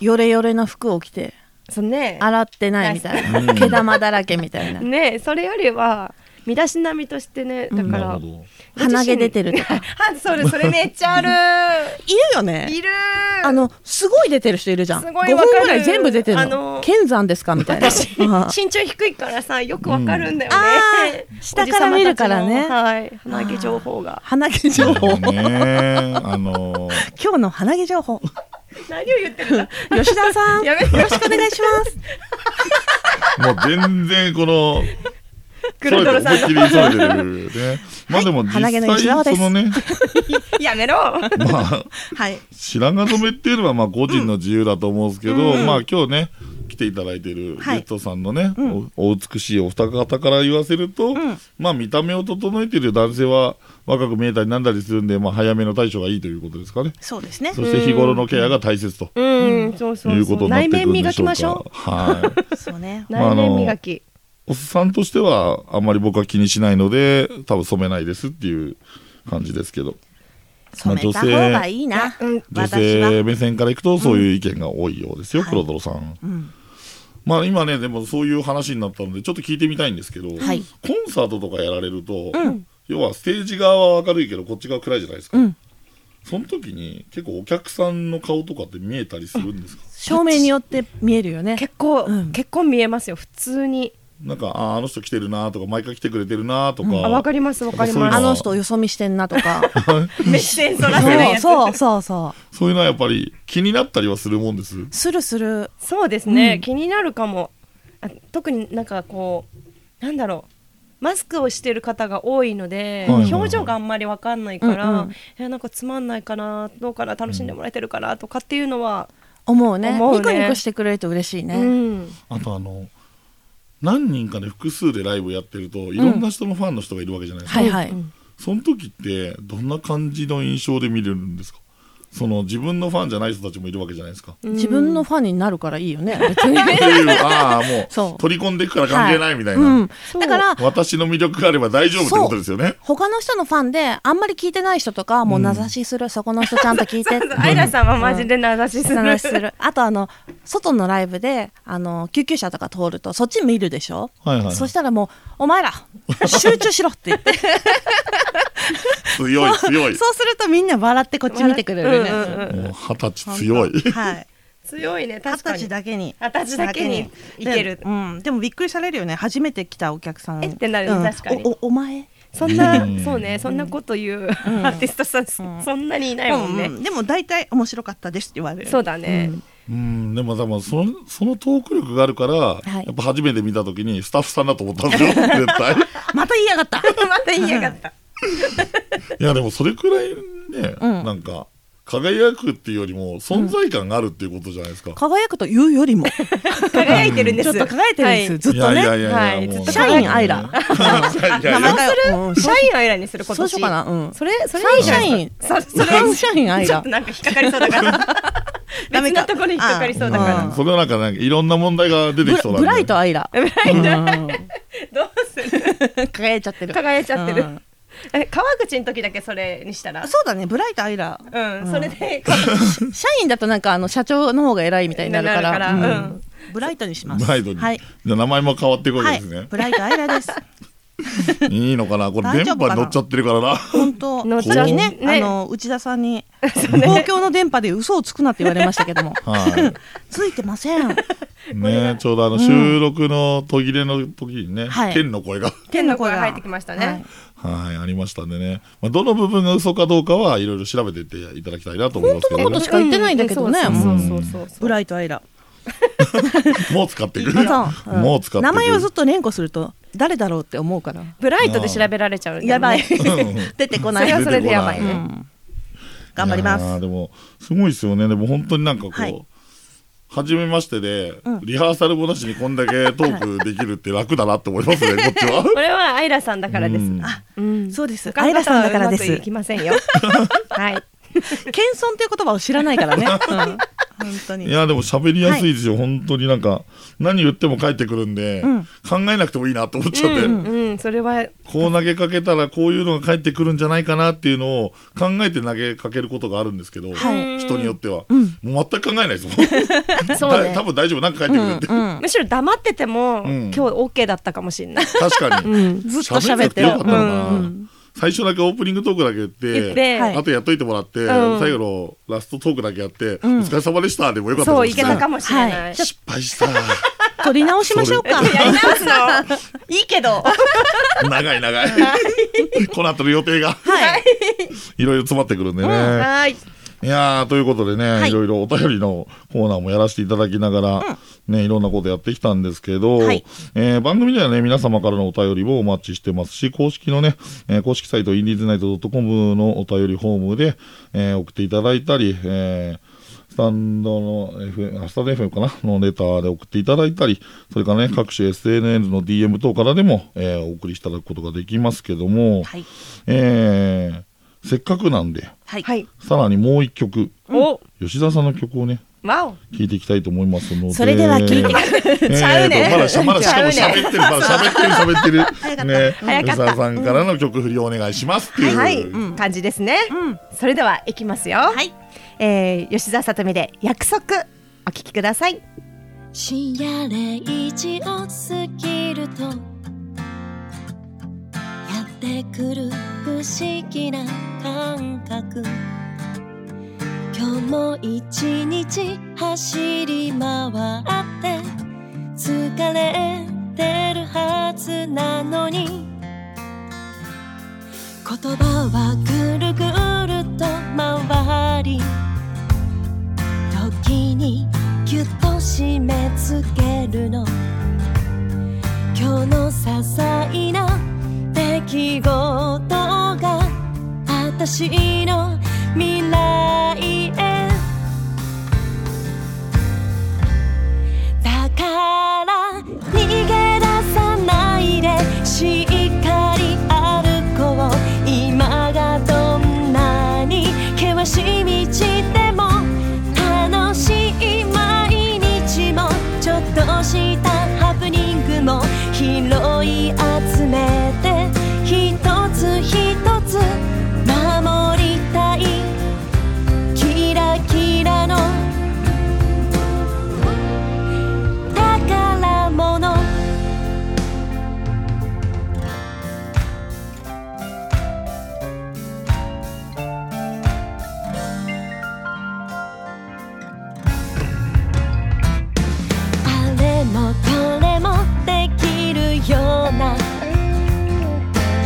[SPEAKER 3] ヨレヨレの服を着て
[SPEAKER 4] そのね
[SPEAKER 3] 洗ってないみたいな毛玉だらけみたいな
[SPEAKER 4] ねそれよりは身だしなみとしてねだか
[SPEAKER 2] な
[SPEAKER 4] ら、
[SPEAKER 2] るほど。
[SPEAKER 3] 鼻毛出てるとか
[SPEAKER 4] あそれそれめっちゃあ る
[SPEAKER 3] いるよね
[SPEAKER 4] いる
[SPEAKER 3] あの、すごい出てる人いるじゃん。
[SPEAKER 4] す
[SPEAKER 3] 5
[SPEAKER 4] ご
[SPEAKER 3] 本
[SPEAKER 4] いわかる
[SPEAKER 3] ぐらい全部出てる
[SPEAKER 4] あ
[SPEAKER 3] の。
[SPEAKER 4] の
[SPEAKER 3] 剣山ですかみたいな。
[SPEAKER 4] 私
[SPEAKER 3] うん
[SPEAKER 4] 身長低いからさよくわかるんだよ
[SPEAKER 3] うん
[SPEAKER 4] ね、
[SPEAKER 3] あー下から見るから
[SPEAKER 4] お
[SPEAKER 3] ね
[SPEAKER 4] じさまたちのはい鼻毛情報が
[SPEAKER 3] 鼻毛情報。
[SPEAKER 2] ねえあ のー、
[SPEAKER 3] 今日の鼻毛情 報。
[SPEAKER 4] 何を言ってるんだ
[SPEAKER 3] 吉田さん、よ
[SPEAKER 4] や
[SPEAKER 3] ろ
[SPEAKER 4] め
[SPEAKER 3] してくお願いし ます。
[SPEAKER 2] もう全然この、
[SPEAKER 4] 黒
[SPEAKER 2] それ
[SPEAKER 4] 泥
[SPEAKER 2] て
[SPEAKER 4] さ
[SPEAKER 2] 思いっきり
[SPEAKER 4] ん
[SPEAKER 2] 急いでる。ね。まあでも実
[SPEAKER 3] 鼻毛の内側で
[SPEAKER 2] 際、
[SPEAKER 3] す
[SPEAKER 2] そのね、
[SPEAKER 4] やめろ
[SPEAKER 2] まあ、
[SPEAKER 3] はい。
[SPEAKER 2] 白髪染めっていうのはまあ個人の自由だと思うんですけど、まあ今日ね来ていただいているゲ
[SPEAKER 3] はい
[SPEAKER 2] ットさんのね、
[SPEAKER 3] うん
[SPEAKER 2] おお美しいお二方から言わせると、
[SPEAKER 3] ん
[SPEAKER 2] まあ見た目を整えている男性は若く見えたりなんだりするんで、まあ、早めの対処がいいということですかね
[SPEAKER 3] そうですね
[SPEAKER 2] そして日頃のケアが大切と
[SPEAKER 4] うん、そうそ
[SPEAKER 2] いううこ
[SPEAKER 4] そ
[SPEAKER 2] と
[SPEAKER 4] う。
[SPEAKER 2] になっ
[SPEAKER 4] 内
[SPEAKER 2] てくる
[SPEAKER 4] 面
[SPEAKER 2] んで
[SPEAKER 4] 磨
[SPEAKER 2] し
[SPEAKER 4] き
[SPEAKER 2] ょうか
[SPEAKER 4] ましょ
[SPEAKER 2] はい
[SPEAKER 3] そうね
[SPEAKER 4] う。
[SPEAKER 2] まあ
[SPEAKER 4] 内面磨き。
[SPEAKER 2] おっさんとしてはあんまり僕は気にしないので多分染めないですっていう感じですけどまあ
[SPEAKER 3] 染めた方がいいな、
[SPEAKER 4] うん
[SPEAKER 2] 女
[SPEAKER 3] 私は
[SPEAKER 2] 性目線からいくとそういう意見が多いようですよ、黒泥さん、
[SPEAKER 3] ん
[SPEAKER 2] まあ今ねでもそういう話になったのでちょっと聞いてみたいんですけど、
[SPEAKER 3] はい
[SPEAKER 2] コンサートとかやられると、要はステージ側は明るいけどこっち側暗いじゃないですか、
[SPEAKER 3] ん
[SPEAKER 2] その時に結構お客さんの顔とかって見えたりするんですか、
[SPEAKER 3] 照明によって見えるよね
[SPEAKER 4] 結構、
[SPEAKER 3] うん
[SPEAKER 4] 結構見えますよ。普通に。
[SPEAKER 2] なんかあーあの人来てるなとか毎回来てくれてるなとか、
[SPEAKER 4] あ、わかります、わかり
[SPEAKER 2] そうい
[SPEAKER 4] ま
[SPEAKER 2] うの
[SPEAKER 4] す。
[SPEAKER 3] あ
[SPEAKER 4] あの
[SPEAKER 3] の人よそ見してんなとか
[SPEAKER 4] 目線そらせる
[SPEAKER 3] そう
[SPEAKER 4] やつ。
[SPEAKER 3] そうそうそ
[SPEAKER 2] そういうのはやっぱり気になったりはするもんです
[SPEAKER 3] うするする
[SPEAKER 4] そうですね、気になるかもあ特になんかこうなんだろうマスクをしてる方が多いので、
[SPEAKER 2] はいはいはい
[SPEAKER 4] 表情があんまりわかんないから、
[SPEAKER 3] うんうん
[SPEAKER 4] えなんかつまんないかなどうかな楽しんでもらえてるかなとかっていうのは、
[SPEAKER 3] 思うね
[SPEAKER 4] 思うね
[SPEAKER 3] ニコニコしてくれると嬉しいね、
[SPEAKER 4] うん、
[SPEAKER 2] あとあの何人かで複数でライブやってるといろんな人のファンの人がいるわけじゃないですか、
[SPEAKER 3] はいはい、
[SPEAKER 2] その時ってどんな感じの印象で見れるんですかその自分のファンじゃない人たちもいるわけじゃないですか。
[SPEAKER 3] 自分のファンになるからいいよね別に
[SPEAKER 2] っていう、 あ あ、も
[SPEAKER 3] そう
[SPEAKER 2] う取り込んでいくから 関係ないみたいな。
[SPEAKER 3] うん、
[SPEAKER 4] う
[SPEAKER 3] だから
[SPEAKER 2] 私の魅力があれば大丈夫ってことですよね。
[SPEAKER 3] 他の人のファンであんまり聞いてない人とかはもう名指しする、そこの人ちゃんと聞いて
[SPEAKER 4] アイラさんはマジで名指し する,、
[SPEAKER 3] 名指しするあとあの外のライブであの救急車とか通るとそっち見るでしょ、
[SPEAKER 2] はいはい
[SPEAKER 3] そしたらもう「お前ら集中しろ」って言って
[SPEAKER 2] 強い、強い。
[SPEAKER 3] そうするとみんな笑ってこっち見てくれるね、
[SPEAKER 4] うんうんうん
[SPEAKER 2] もう二十歳強い。
[SPEAKER 6] はい。
[SPEAKER 4] 強いね
[SPEAKER 6] 二
[SPEAKER 4] 確
[SPEAKER 6] 十
[SPEAKER 4] かに
[SPEAKER 6] 歳だけに。
[SPEAKER 4] 二十歳だけにいける
[SPEAKER 6] でうん。でもびっくりされるよね。初めて来たお客さん。
[SPEAKER 4] えってなる
[SPEAKER 6] うん
[SPEAKER 4] 確かに
[SPEAKER 6] お、お、お前。
[SPEAKER 4] そんな、
[SPEAKER 2] うん
[SPEAKER 4] そうねそんなこと言う、アーティストさん、そんなにいないもんね、
[SPEAKER 6] うんうんでも大体面白かったですって言われる。
[SPEAKER 4] そうだね、
[SPEAKER 2] うん、でも多分その、そのトーク力があるから、
[SPEAKER 3] い
[SPEAKER 2] やっぱ初めて見た時にスタッフさんだと思った んですよ、絶対。
[SPEAKER 6] また言いやがった。
[SPEAKER 4] また言いやがった
[SPEAKER 2] いや、でもそれくらいね、なんか、輝くっていうよりも存在感があるっていうことじゃないですか。
[SPEAKER 3] 輝くと言うよりもち
[SPEAKER 4] 輝いてるんです
[SPEAKER 3] ょっと輝いてるんです、
[SPEAKER 4] はい
[SPEAKER 3] ずっ
[SPEAKER 2] いや
[SPEAKER 3] と
[SPEAKER 2] い
[SPEAKER 3] ね
[SPEAKER 2] やいや
[SPEAKER 4] はい
[SPEAKER 2] いや、もう
[SPEAKER 4] ずっと
[SPEAKER 3] シャインアイラ。
[SPEAKER 2] いやいや
[SPEAKER 6] 名前がうん
[SPEAKER 4] シャインアイラにする今
[SPEAKER 3] そう
[SPEAKER 4] 年
[SPEAKER 3] しようかなうん
[SPEAKER 4] それそれいいじゃ
[SPEAKER 3] サ
[SPEAKER 4] な
[SPEAKER 3] ンシャイ
[SPEAKER 4] い
[SPEAKER 3] ン
[SPEAKER 4] ですかそそれ
[SPEAKER 3] サンシャインアイ
[SPEAKER 4] ちょっ
[SPEAKER 3] ラ
[SPEAKER 4] となんか引っかかりそうだから
[SPEAKER 6] ダメ
[SPEAKER 4] 別
[SPEAKER 6] か
[SPEAKER 4] なところに引っかかりそうだから
[SPEAKER 2] うんそれはなんか、なんかいろんな問題が出て
[SPEAKER 3] ブ
[SPEAKER 2] き
[SPEAKER 3] ラ
[SPEAKER 2] そうなん
[SPEAKER 3] ブ
[SPEAKER 2] で
[SPEAKER 3] ライトアイラ
[SPEAKER 4] どうする
[SPEAKER 3] 輝いちゃってる
[SPEAKER 4] 輝いちゃって
[SPEAKER 6] う
[SPEAKER 4] る
[SPEAKER 6] ん
[SPEAKER 4] え川口の時だけそれにしたら
[SPEAKER 6] そうだね。ブライトアイラ。
[SPEAKER 4] うんそれで
[SPEAKER 3] 社員だとなんかあの社長の方が偉いみたいになるから
[SPEAKER 4] うん
[SPEAKER 3] うん
[SPEAKER 6] ブライトにします。
[SPEAKER 2] ブライトに。
[SPEAKER 6] はい。
[SPEAKER 2] じゃあ名前も変わっていくわ
[SPEAKER 6] は
[SPEAKER 2] け
[SPEAKER 6] い
[SPEAKER 2] ですね。。
[SPEAKER 6] ブライトアイラです。
[SPEAKER 2] いいのかなこれ電
[SPEAKER 6] 大丈夫か
[SPEAKER 2] 波
[SPEAKER 6] な
[SPEAKER 2] 乗っちゃってるからな。。
[SPEAKER 6] 本当。
[SPEAKER 4] 乗っ
[SPEAKER 6] さっきね、
[SPEAKER 4] ちゃうね
[SPEAKER 6] あの内田さんに公共の電波で嘘をつくなって言われましたけど も
[SPEAKER 2] は
[SPEAKER 6] ついてません。
[SPEAKER 2] い。ねちょうどあの収録の途切れの時にね、
[SPEAKER 6] はい
[SPEAKER 2] 剣の声が、
[SPEAKER 4] 天の声が入ってきました
[SPEAKER 6] はい
[SPEAKER 4] ね
[SPEAKER 2] はい、ありましたんでね。まあ、どの部分が嘘かどうかはいろいろ調べていっていただきたいなと思いますけど
[SPEAKER 3] 本
[SPEAKER 2] ね
[SPEAKER 3] 当のこ。しか言ってないんだけどね
[SPEAKER 4] うんそうそうそうそう
[SPEAKER 6] ブライトアイラ。
[SPEAKER 2] もう使っていく。
[SPEAKER 6] あそううん
[SPEAKER 2] もう使ってい
[SPEAKER 6] 名
[SPEAKER 2] く。
[SPEAKER 6] 前をずっと連呼すると誰だろうって思うから。
[SPEAKER 4] ブライトで調べられちゃうんだよね
[SPEAKER 6] やばい。
[SPEAKER 2] うん
[SPEAKER 6] 出てこ
[SPEAKER 4] そ
[SPEAKER 6] な
[SPEAKER 4] れ
[SPEAKER 6] い
[SPEAKER 4] は。それでやばい
[SPEAKER 2] 出て
[SPEAKER 4] ね
[SPEAKER 2] こ
[SPEAKER 6] 頑張りま
[SPEAKER 2] いやー
[SPEAKER 6] す。
[SPEAKER 2] でも、すごいですよね。でも本当になんかこう、
[SPEAKER 6] はい
[SPEAKER 2] 初めましてで、リハーサルもなしにこんだけトークできるって楽だなって思いますね、こっちは。
[SPEAKER 4] これはアイラさんだからです
[SPEAKER 2] うん
[SPEAKER 4] うん
[SPEAKER 6] そうです。
[SPEAKER 4] 他
[SPEAKER 6] ア
[SPEAKER 4] の
[SPEAKER 6] イラさんだからで
[SPEAKER 4] 方はうまく
[SPEAKER 6] す
[SPEAKER 4] いき。ませ んよはい
[SPEAKER 6] 謙遜っていう言葉を知らないからね。うん本当
[SPEAKER 2] い
[SPEAKER 6] に。
[SPEAKER 2] やでも喋りやすいですよ、本当になんか何言っても返ってくるんで、考えなくてもいいなと思っちゃって、
[SPEAKER 4] うんそれは
[SPEAKER 2] こう投げかけたらこういうのが返ってくるんじゃないかなっていうのを考えて投げかけることがあるんですけど、
[SPEAKER 4] はい
[SPEAKER 2] 人によっては、もう全く考えないですもん
[SPEAKER 4] そうね
[SPEAKER 2] 多分大丈夫なんか返ってくるって、
[SPEAKER 4] むしろ黙ってても、
[SPEAKER 2] ん
[SPEAKER 4] 今日 OK だったかもしれない。
[SPEAKER 2] 確かに、
[SPEAKER 6] ずっと喋って
[SPEAKER 2] 喋よかったのかな、
[SPEAKER 4] う
[SPEAKER 2] 最初だけオープニングトークだけ言って
[SPEAKER 4] 言ってはい
[SPEAKER 2] あとやっといてもらって、
[SPEAKER 4] ん
[SPEAKER 2] 最後のラストトークだけやって、お疲れ様でしたでもよかった
[SPEAKER 4] そう、
[SPEAKER 2] で
[SPEAKER 4] い
[SPEAKER 2] す
[SPEAKER 4] け
[SPEAKER 2] ね
[SPEAKER 4] たかもしれない。
[SPEAKER 6] は
[SPEAKER 2] 失敗した
[SPEAKER 6] 取り直しましょうか。
[SPEAKER 4] やり直すのいいけど。
[SPEAKER 2] 長い長い この後の予定が
[SPEAKER 6] はい。
[SPEAKER 2] いろいろ詰まってくるんでね。
[SPEAKER 4] はい。
[SPEAKER 2] いやー、ということでね、い、ろいろお便りのコーナーもやらせていただきながら、ね、いろんなことやってきたんですけど、
[SPEAKER 6] はい
[SPEAKER 2] えー番組ではね、皆様からのお便りをお待ちしてますし、公式のね、えー公式サイト、インディーズナイト .com のお便りフォームで、えー送っていただいたり、えースタンドの FM、あスタンド FM かなのレターで送っていただいたり、それからね、各種 SNS の DM 等からでも、えーお送りいただくことができますけども、
[SPEAKER 3] はい
[SPEAKER 2] えーせっかくなんで、
[SPEAKER 3] はい、
[SPEAKER 4] はい。
[SPEAKER 2] さらにもう一曲、
[SPEAKER 4] お、
[SPEAKER 2] 吉田さんの曲をね、
[SPEAKER 4] わお。
[SPEAKER 2] 聴いていきたいと思いますので。
[SPEAKER 3] それでは聴いてくだ
[SPEAKER 2] えーと
[SPEAKER 4] ちゃうね
[SPEAKER 2] まだしゃ、まだしかも喋ってる、まだ喋ってる、喋ってる。ね、
[SPEAKER 4] 早か
[SPEAKER 2] 吉
[SPEAKER 4] った
[SPEAKER 2] 田さんからの曲振りをお願いしますっていう。
[SPEAKER 4] はい、感じですね、それではいきますよ、
[SPEAKER 3] い
[SPEAKER 4] えー吉澤さとみで約束お聞きください
[SPEAKER 5] 深夜0時を過ぎるとやってくる不思議な感覚今日も一日走り回って疲れてるはずなのに言葉はぐるぐると回り時にぎゅっと締め付けるの今日の些細な出来事が私の未来へだから逃げ出さないでしっかり歩こう今がどんなに険しい道でも楽しい毎日もちょっとしたハプニングも拾い集めて一つ一つ守りたいキラキラの宝物あれもこれもできるような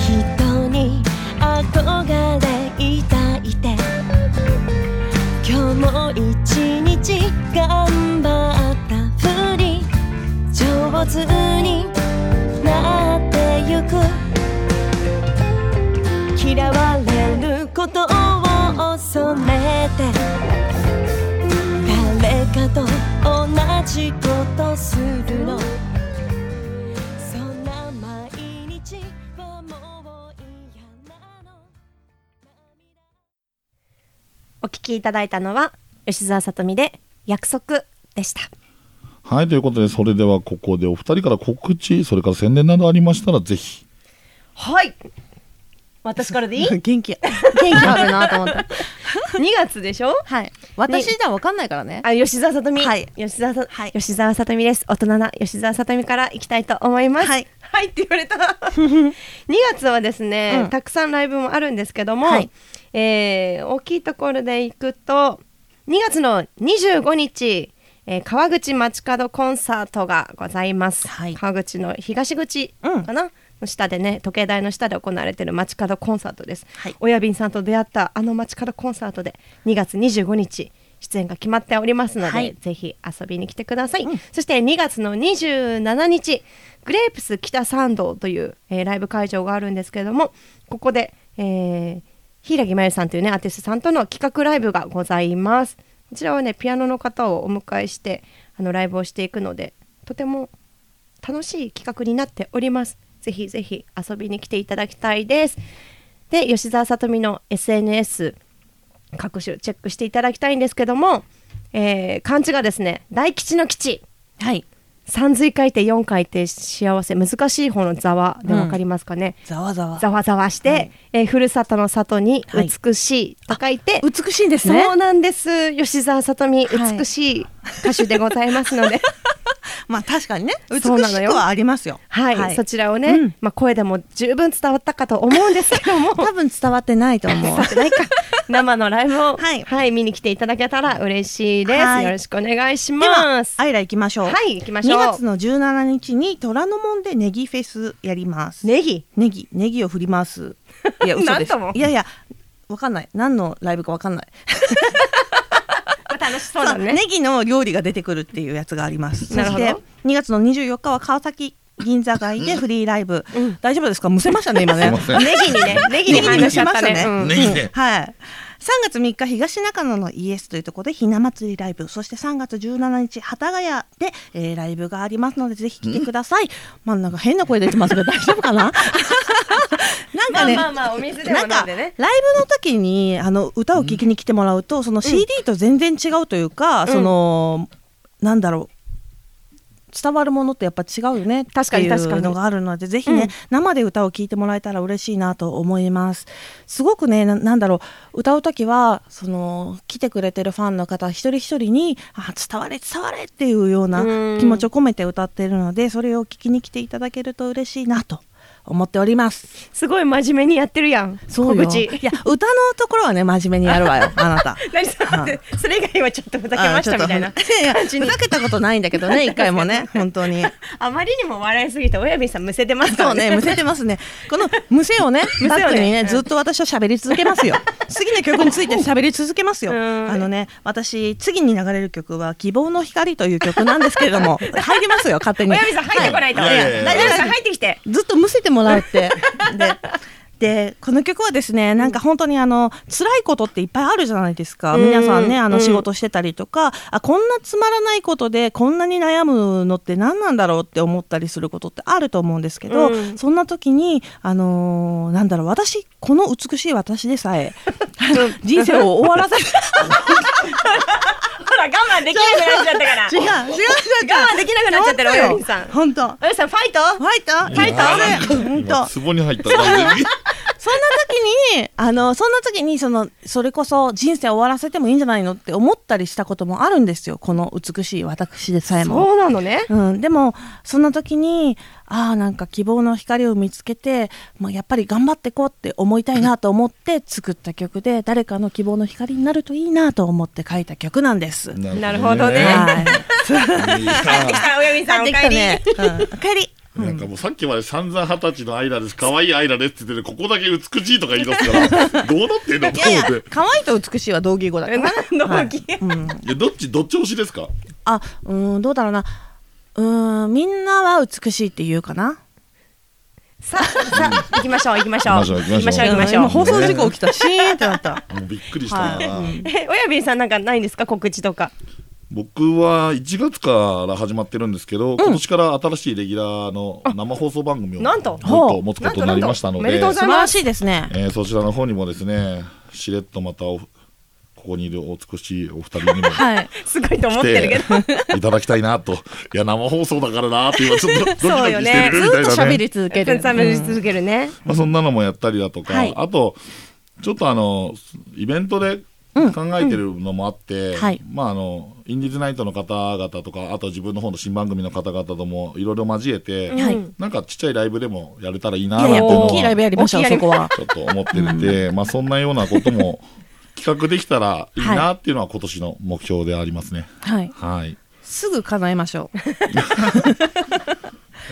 [SPEAKER 5] 人に憧れ抱いて今日も一日頑張ったふり上手になってゆく嫌われることを恐れて誰かと同じことするのそんな毎日はもう嫌なの
[SPEAKER 4] お聞きいただいたのは吉澤さとみで約束でした
[SPEAKER 2] はい、ということで、それではここでお二人から告知、それから宣伝などありましたら、ぜひ。
[SPEAKER 4] はい私から でいい元
[SPEAKER 6] 元気。
[SPEAKER 4] 気あるなと思った2月でしょ
[SPEAKER 6] はい。私じゃわかんないからね。
[SPEAKER 4] あ吉澤さとみ、
[SPEAKER 6] はい
[SPEAKER 4] 吉澤さ、
[SPEAKER 6] はい
[SPEAKER 4] 吉澤さとみです大人な吉澤さとみからいきたいと思います
[SPEAKER 6] はい、
[SPEAKER 4] はいって言われ た2月はですね、
[SPEAKER 6] うん
[SPEAKER 4] たくさんライブもあるんですけども、
[SPEAKER 6] はい
[SPEAKER 4] えー大きいところで行くと2月の25日えー川口街角コンサートがございます、
[SPEAKER 6] はい
[SPEAKER 4] 川口の東口
[SPEAKER 6] うん
[SPEAKER 4] かな、の下でね時計台の下で行われている街角コンサートです、
[SPEAKER 6] はい
[SPEAKER 4] 親便さんと出会ったあの街角コンサートで2月25日出演が決まっておりますので、
[SPEAKER 6] はい
[SPEAKER 4] ぜひ遊びに来てください、そして2月の27日グレープス北参道という、えーライブ会場があるんですけれどもここで、えー、平木真由さんというねアーティストさんとの企画ライブがございますこちらはねピアノの方をお迎えしてあのライブをしていくのでとても楽しい企画になっております。ぜひぜひ遊びに来ていただきたいです。で、吉澤さとみの SNS 各種チェックしていただきたいんですけども、えー、漢字がですね、大吉の吉。
[SPEAKER 6] はい。
[SPEAKER 4] 三髄書いて4回転幸せ難しい方のざわでわかりますかね、
[SPEAKER 6] ざわざわ。
[SPEAKER 4] ざわざわして、えーふるさとの里に美しいと書いて、
[SPEAKER 6] 美しいんですね
[SPEAKER 4] そう。なんです吉澤さとみ
[SPEAKER 6] はい
[SPEAKER 4] 美しい歌手でございます ので、
[SPEAKER 6] まあ確かにね。美しく
[SPEAKER 4] そうなのよ
[SPEAKER 6] はありますよ。
[SPEAKER 4] はい、そちらをね、
[SPEAKER 6] うん
[SPEAKER 4] まあ、声でも十分伝わったかと思うんですけど も
[SPEAKER 6] 多分伝わってないと 思う。
[SPEAKER 4] ないか生のライブを、は
[SPEAKER 6] はいい
[SPEAKER 4] 見に来ていただけたら嬉しいです、
[SPEAKER 6] はい
[SPEAKER 4] よろしくお願いし
[SPEAKER 6] では
[SPEAKER 4] ます、
[SPEAKER 6] アイラ行きましょう。
[SPEAKER 4] はい行きましょう
[SPEAKER 6] 2月の17日に虎ノ門でネギフェスやります。
[SPEAKER 4] ネギ
[SPEAKER 6] ネギ、ネギを振り ます。いや、嘘
[SPEAKER 4] なん
[SPEAKER 6] です
[SPEAKER 4] とも。
[SPEAKER 6] いやいや、わかんない。何のライブかわかんない。
[SPEAKER 4] 楽し そうだね
[SPEAKER 6] ネギの料理が出てくるっていうやつがあります。そ
[SPEAKER 4] なる
[SPEAKER 6] し
[SPEAKER 4] ほど
[SPEAKER 6] て、2月の24日は川崎銀座街でフリーライブ。大丈夫ですかむせましたね、今ね。
[SPEAKER 2] すいません
[SPEAKER 4] ネギにねネギ
[SPEAKER 6] ネギ
[SPEAKER 4] に
[SPEAKER 6] に
[SPEAKER 4] 反応しちゃったね
[SPEAKER 6] しましたね
[SPEAKER 4] うん
[SPEAKER 2] ネギで。
[SPEAKER 6] はい。
[SPEAKER 3] 月3日東中野のイエスというところでひな祭りライブそして3月17日幡ヶ谷で、えーライブがありますのでぜひ来てください、まあなんか変な声出てますけど大丈 夫かななんかね、
[SPEAKER 4] まあまあまあお水でも
[SPEAKER 3] なん
[SPEAKER 4] 飲ん
[SPEAKER 3] か
[SPEAKER 4] で
[SPEAKER 3] ライ
[SPEAKER 4] ね
[SPEAKER 3] ブの時にあの歌を聴きに来てもらうと、その CD と全然違うというか、そのなんだろう伝わるものってやっぱ違うよね
[SPEAKER 4] 確かに
[SPEAKER 3] っていう
[SPEAKER 4] 確かに
[SPEAKER 3] のがあるのでぜひね、
[SPEAKER 4] うん
[SPEAKER 3] 生で歌を聴いてもらえたら嬉しいなと思いますすごくねななんだろう歌う時はその来てくれてるファンの方一人一人にあ伝われ伝われっていうような
[SPEAKER 4] うん
[SPEAKER 3] 気持ちを込めて歌ってるのでそれを聴きに来ていただけると嬉しいなと思っております
[SPEAKER 4] すごい真面目にやってるやん
[SPEAKER 3] そうよ
[SPEAKER 4] 告知
[SPEAKER 3] いや歌のところはね真面目にや るわよあなた。
[SPEAKER 4] 何それそれ以外はちょっとふざけましたみたいな
[SPEAKER 3] あちょっといやいや
[SPEAKER 4] 感じに
[SPEAKER 3] ふざけたことないんだけど ね一回もね本当に。
[SPEAKER 4] あまりにも笑いすぎて親指さんむせてますか
[SPEAKER 3] そ
[SPEAKER 4] ら
[SPEAKER 3] うね、むせてますね。このむせをね、
[SPEAKER 4] むせをね
[SPEAKER 3] バックにね、
[SPEAKER 4] うん
[SPEAKER 3] ずっと私は喋り続けま すよ。次の曲について喋り続けますよ。
[SPEAKER 4] うん
[SPEAKER 3] あのね、私、次に流れる曲は、希望の光という曲なんですけれ ども、入りますよ、勝手に。
[SPEAKER 4] 親指さん入ってこないと
[SPEAKER 2] はいいやいやいや
[SPEAKER 4] 親指さん入ってきて
[SPEAKER 3] ずっとむせてもらうって。 ででこの曲はですねなんか本当にあの辛いことっていっぱいあるじゃないですか、
[SPEAKER 4] うん
[SPEAKER 3] 皆さんねあ
[SPEAKER 4] う
[SPEAKER 3] の
[SPEAKER 4] ん
[SPEAKER 3] 仕事してたりとか、あこんなつまらないことでこんなに悩むのって何なんだろうって思ったりすることってあると思うんですけど、
[SPEAKER 4] うん
[SPEAKER 3] そんな時にあのーなんだろう私この美しい私でさえ 人生を終わら せ
[SPEAKER 4] ほら我慢できなくなっちゃったから
[SPEAKER 3] 違う違う違う
[SPEAKER 4] 我慢できなくなっちゃってる親指さん
[SPEAKER 3] 本当よ
[SPEAKER 4] 親指さんファイト
[SPEAKER 3] 本当ファイトフ
[SPEAKER 4] ァイ
[SPEAKER 3] ァイト本当
[SPEAKER 2] 壺に入った感じに
[SPEAKER 3] そんな時に、 あの、そんな時に、その、それこそ人生終わらせてもいいんじゃないのって思ったりしたこともあるんですよ。この美しい私でさえも。
[SPEAKER 4] そうなのね
[SPEAKER 3] うん、でも、そんな時に、ああ、なんか希望の光を見つけて、まあ、やっぱり頑張ってこうって思いたいなと思って作った曲で、誰かの希望の光になるといいなと思って書いた曲なんです。はい。
[SPEAKER 4] なるほどね
[SPEAKER 2] いや
[SPEAKER 4] 帰ってきた親指さんお
[SPEAKER 3] 帰
[SPEAKER 4] 帰
[SPEAKER 3] ってきた
[SPEAKER 4] り
[SPEAKER 3] ね。うんお帰り。
[SPEAKER 2] なんかもうさっきまで散々二十歳のアイラです、可愛いアイラですって言ってて、ここだけ美しいとか言い出す から、どうなってんの
[SPEAKER 3] い
[SPEAKER 2] と
[SPEAKER 3] や
[SPEAKER 2] 思
[SPEAKER 3] いや
[SPEAKER 2] って。、
[SPEAKER 3] 可愛いと美しいは同義語だから。
[SPEAKER 4] 同期
[SPEAKER 2] いや、どっち、どっち推しですか
[SPEAKER 3] あうーんどうだろうなうーんみんなは美しいって言うかな
[SPEAKER 4] さあさあ行きましょう行きましょう
[SPEAKER 2] 行きましょう行きましょう
[SPEAKER 4] 行きましょう行き
[SPEAKER 3] 今
[SPEAKER 4] ましょう
[SPEAKER 3] 放送事故起きたシーンってなった
[SPEAKER 2] もうびっくりしたな。
[SPEAKER 4] え親指さんなんかないんですか告知とか
[SPEAKER 2] 僕は1月から始まってるんですけど、今年から新しいレギュラーの生放送番組を
[SPEAKER 4] なんと
[SPEAKER 2] ずっと持つことになりましたの
[SPEAKER 4] なんとなんとおめで
[SPEAKER 2] で
[SPEAKER 4] とうございます
[SPEAKER 3] 素晴らしいですね
[SPEAKER 2] えーそちらの方にもですね、しれっとまたおここにいるお美しいお二人にも
[SPEAKER 3] はい
[SPEAKER 4] すごいと思
[SPEAKER 2] 来
[SPEAKER 4] ってるけ
[SPEAKER 2] て
[SPEAKER 4] ど
[SPEAKER 2] いただきたいなと。いや、生放送だからなって今ちょっとドキドキ
[SPEAKER 4] そうよ
[SPEAKER 2] し
[SPEAKER 4] ね
[SPEAKER 2] て
[SPEAKER 3] ず
[SPEAKER 2] る
[SPEAKER 3] っ
[SPEAKER 2] みたい
[SPEAKER 3] と
[SPEAKER 2] な
[SPEAKER 3] 喋
[SPEAKER 2] ね
[SPEAKER 3] り。続 ける、
[SPEAKER 4] 冷め続けるね
[SPEAKER 2] まあ、そんなのもやったりだとか、
[SPEAKER 3] はい
[SPEAKER 2] あとちょっとあのイベントで考えてるのもあって、
[SPEAKER 3] はい
[SPEAKER 2] まああのインディーズナイトの方々とかあと自分の方の新番組の方々ともいろいろ交えて、
[SPEAKER 3] はい
[SPEAKER 2] なんかちっちゃいライブでもやれたらいい
[SPEAKER 3] い
[SPEAKER 2] なな
[SPEAKER 3] や
[SPEAKER 2] んてい
[SPEAKER 3] い
[SPEAKER 2] う
[SPEAKER 3] や
[SPEAKER 2] のは
[SPEAKER 3] 大きいライブやりましょう
[SPEAKER 4] 大きいライ
[SPEAKER 3] そ
[SPEAKER 4] ブ
[SPEAKER 3] こは
[SPEAKER 2] ちょっと思ってるんで、まあそんなようなことも企画できたらいいなっていうのは今年の目標でありますね。
[SPEAKER 3] はい
[SPEAKER 2] はい
[SPEAKER 3] すぐ叶えましょう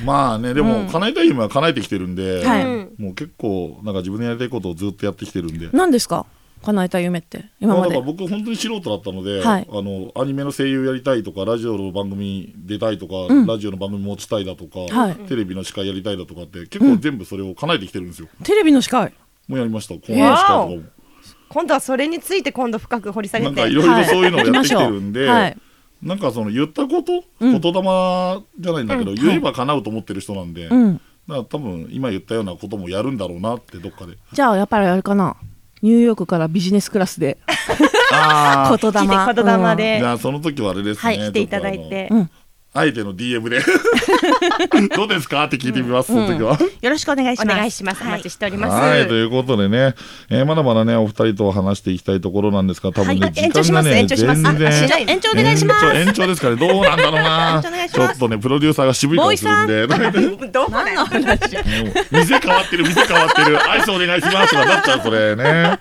[SPEAKER 2] まあねでも叶えたい夢は叶えてきてるんで、
[SPEAKER 3] はい
[SPEAKER 2] もう結構なんか自分のやりたいことをずっとやってきてるんで
[SPEAKER 3] 何ですか叶えたい夢って今ま
[SPEAKER 2] まあだか
[SPEAKER 3] で
[SPEAKER 2] ら僕本当に素人だったので、
[SPEAKER 3] はい
[SPEAKER 2] あのアニメの声優やりたいとかラジオの番組出たいとか、ラジオの番組持ちたいだとか、
[SPEAKER 3] はい
[SPEAKER 2] テレビの司会やりたいだとかって結構全部それを叶えてきてるんですよ、
[SPEAKER 3] テレビの司会
[SPEAKER 2] もうやりましたコーナー司会とか
[SPEAKER 4] わ
[SPEAKER 2] も
[SPEAKER 4] 今度はそれについて今度深く掘り下げ
[SPEAKER 2] なんかい
[SPEAKER 4] て
[SPEAKER 2] ろい
[SPEAKER 3] は
[SPEAKER 2] ろ
[SPEAKER 3] い
[SPEAKER 2] そういうのをやってきてるんで、
[SPEAKER 3] 行きましょうはい
[SPEAKER 2] なんかその言ったこと、言霊じゃないんだけど、言えば叶うと思ってる人なんで、
[SPEAKER 3] うん
[SPEAKER 2] だから多分今言ったようなこともやるんだろうなってどっか で
[SPEAKER 3] じゃあやっぱりあれかなニューヨークからビジネスクラスで
[SPEAKER 2] あ
[SPEAKER 3] 言霊
[SPEAKER 4] 聞いて言霊で、
[SPEAKER 2] じゃあその時はあれです
[SPEAKER 4] は
[SPEAKER 2] ね、
[SPEAKER 4] い来ていただいて
[SPEAKER 3] ちょっとあのうん
[SPEAKER 2] あえての DM で どうですかって聞いてみます、その時は。
[SPEAKER 3] うんよろしくお願いし
[SPEAKER 4] お
[SPEAKER 3] ます
[SPEAKER 4] 願いしますお待ちしております
[SPEAKER 2] はい、ということでね、えーまだまだね、お二人と話していきたいところなんですが、多分ね、
[SPEAKER 4] はい
[SPEAKER 2] 時間がね、
[SPEAKER 4] 延長します
[SPEAKER 2] 全
[SPEAKER 4] あし
[SPEAKER 2] 然
[SPEAKER 4] ない。
[SPEAKER 3] 延長お願いします
[SPEAKER 2] 延長延長ですかね、どうなんだろうな
[SPEAKER 3] 延長お願い。し
[SPEAKER 2] ちょ
[SPEAKER 3] ます
[SPEAKER 2] っとね、プロデューサーが渋い顔するんで、
[SPEAKER 4] どうもね
[SPEAKER 2] もう 店変わってる、店変わってる、アイスお願いしますとかなっちゃう、それね。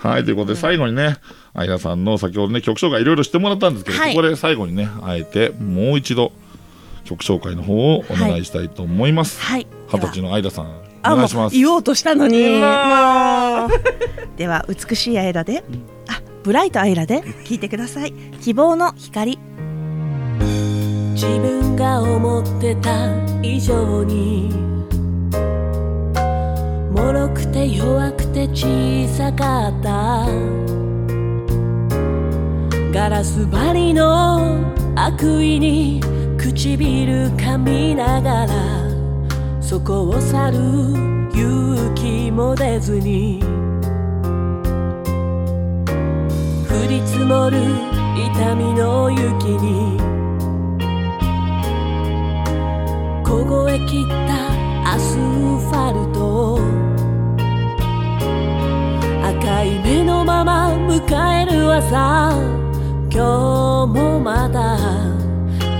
[SPEAKER 2] はい、ということで、最後にね、アイナさんの先ほどね、曲紹介いろいろしてもらったんですけど、
[SPEAKER 3] はい
[SPEAKER 2] ここで最後にね、あえてもう一度、曲紹介の方をお願いしたいと思います。
[SPEAKER 3] はい
[SPEAKER 2] 二十歳のアイラさん、
[SPEAKER 3] あ
[SPEAKER 2] お願
[SPEAKER 3] も
[SPEAKER 2] いしま
[SPEAKER 3] う
[SPEAKER 2] す。
[SPEAKER 3] 言おうとしたのにもう では美しいアイラであブライトアイラで聞いてください希望の光
[SPEAKER 5] 自分が思ってた以上に脆くて弱くて小さかったガラス張りの悪意に唇噛みながらそこを去る勇気も出ずに降り積もる痛みの雪に凍え切ったアスファルトを赤い目のまま迎える朝今日もまだ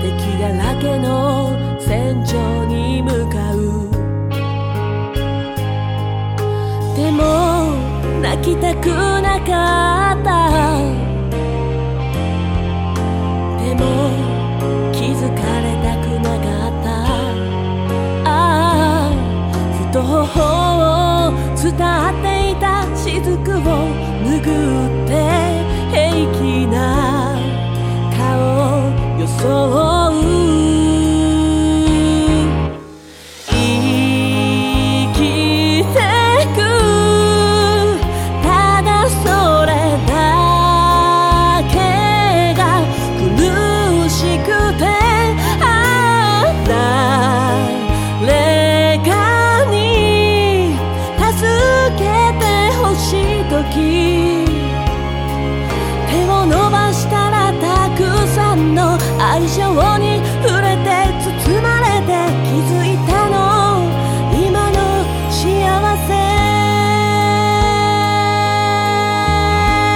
[SPEAKER 5] 敵だらけの戦場に向かうでも泣きたくなかったでも気づかれたくなかったああふと頬を伝っていた雫を拭って平気な顔を装う生きてくただそれだけが苦しくてああ誰かに助けてほしい時手を伸ばしたらたくさんの愛情に触れて包まれて気づいたの今の幸せ誰かの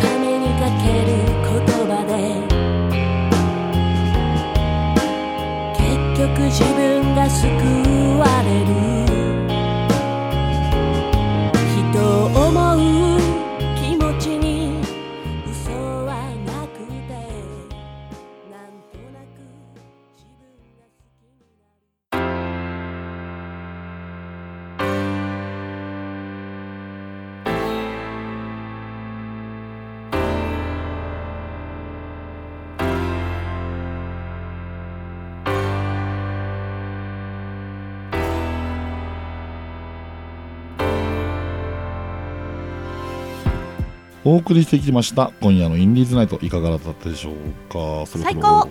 [SPEAKER 5] ためにかける言葉で結局自分が救われる人を思う気持ちに嘘はなくてなんとなく自分が好きになる
[SPEAKER 2] お送りしてきました今夜のインディーズナイトいかがだったでしょうかそろそ
[SPEAKER 3] 最
[SPEAKER 2] ろ
[SPEAKER 3] 高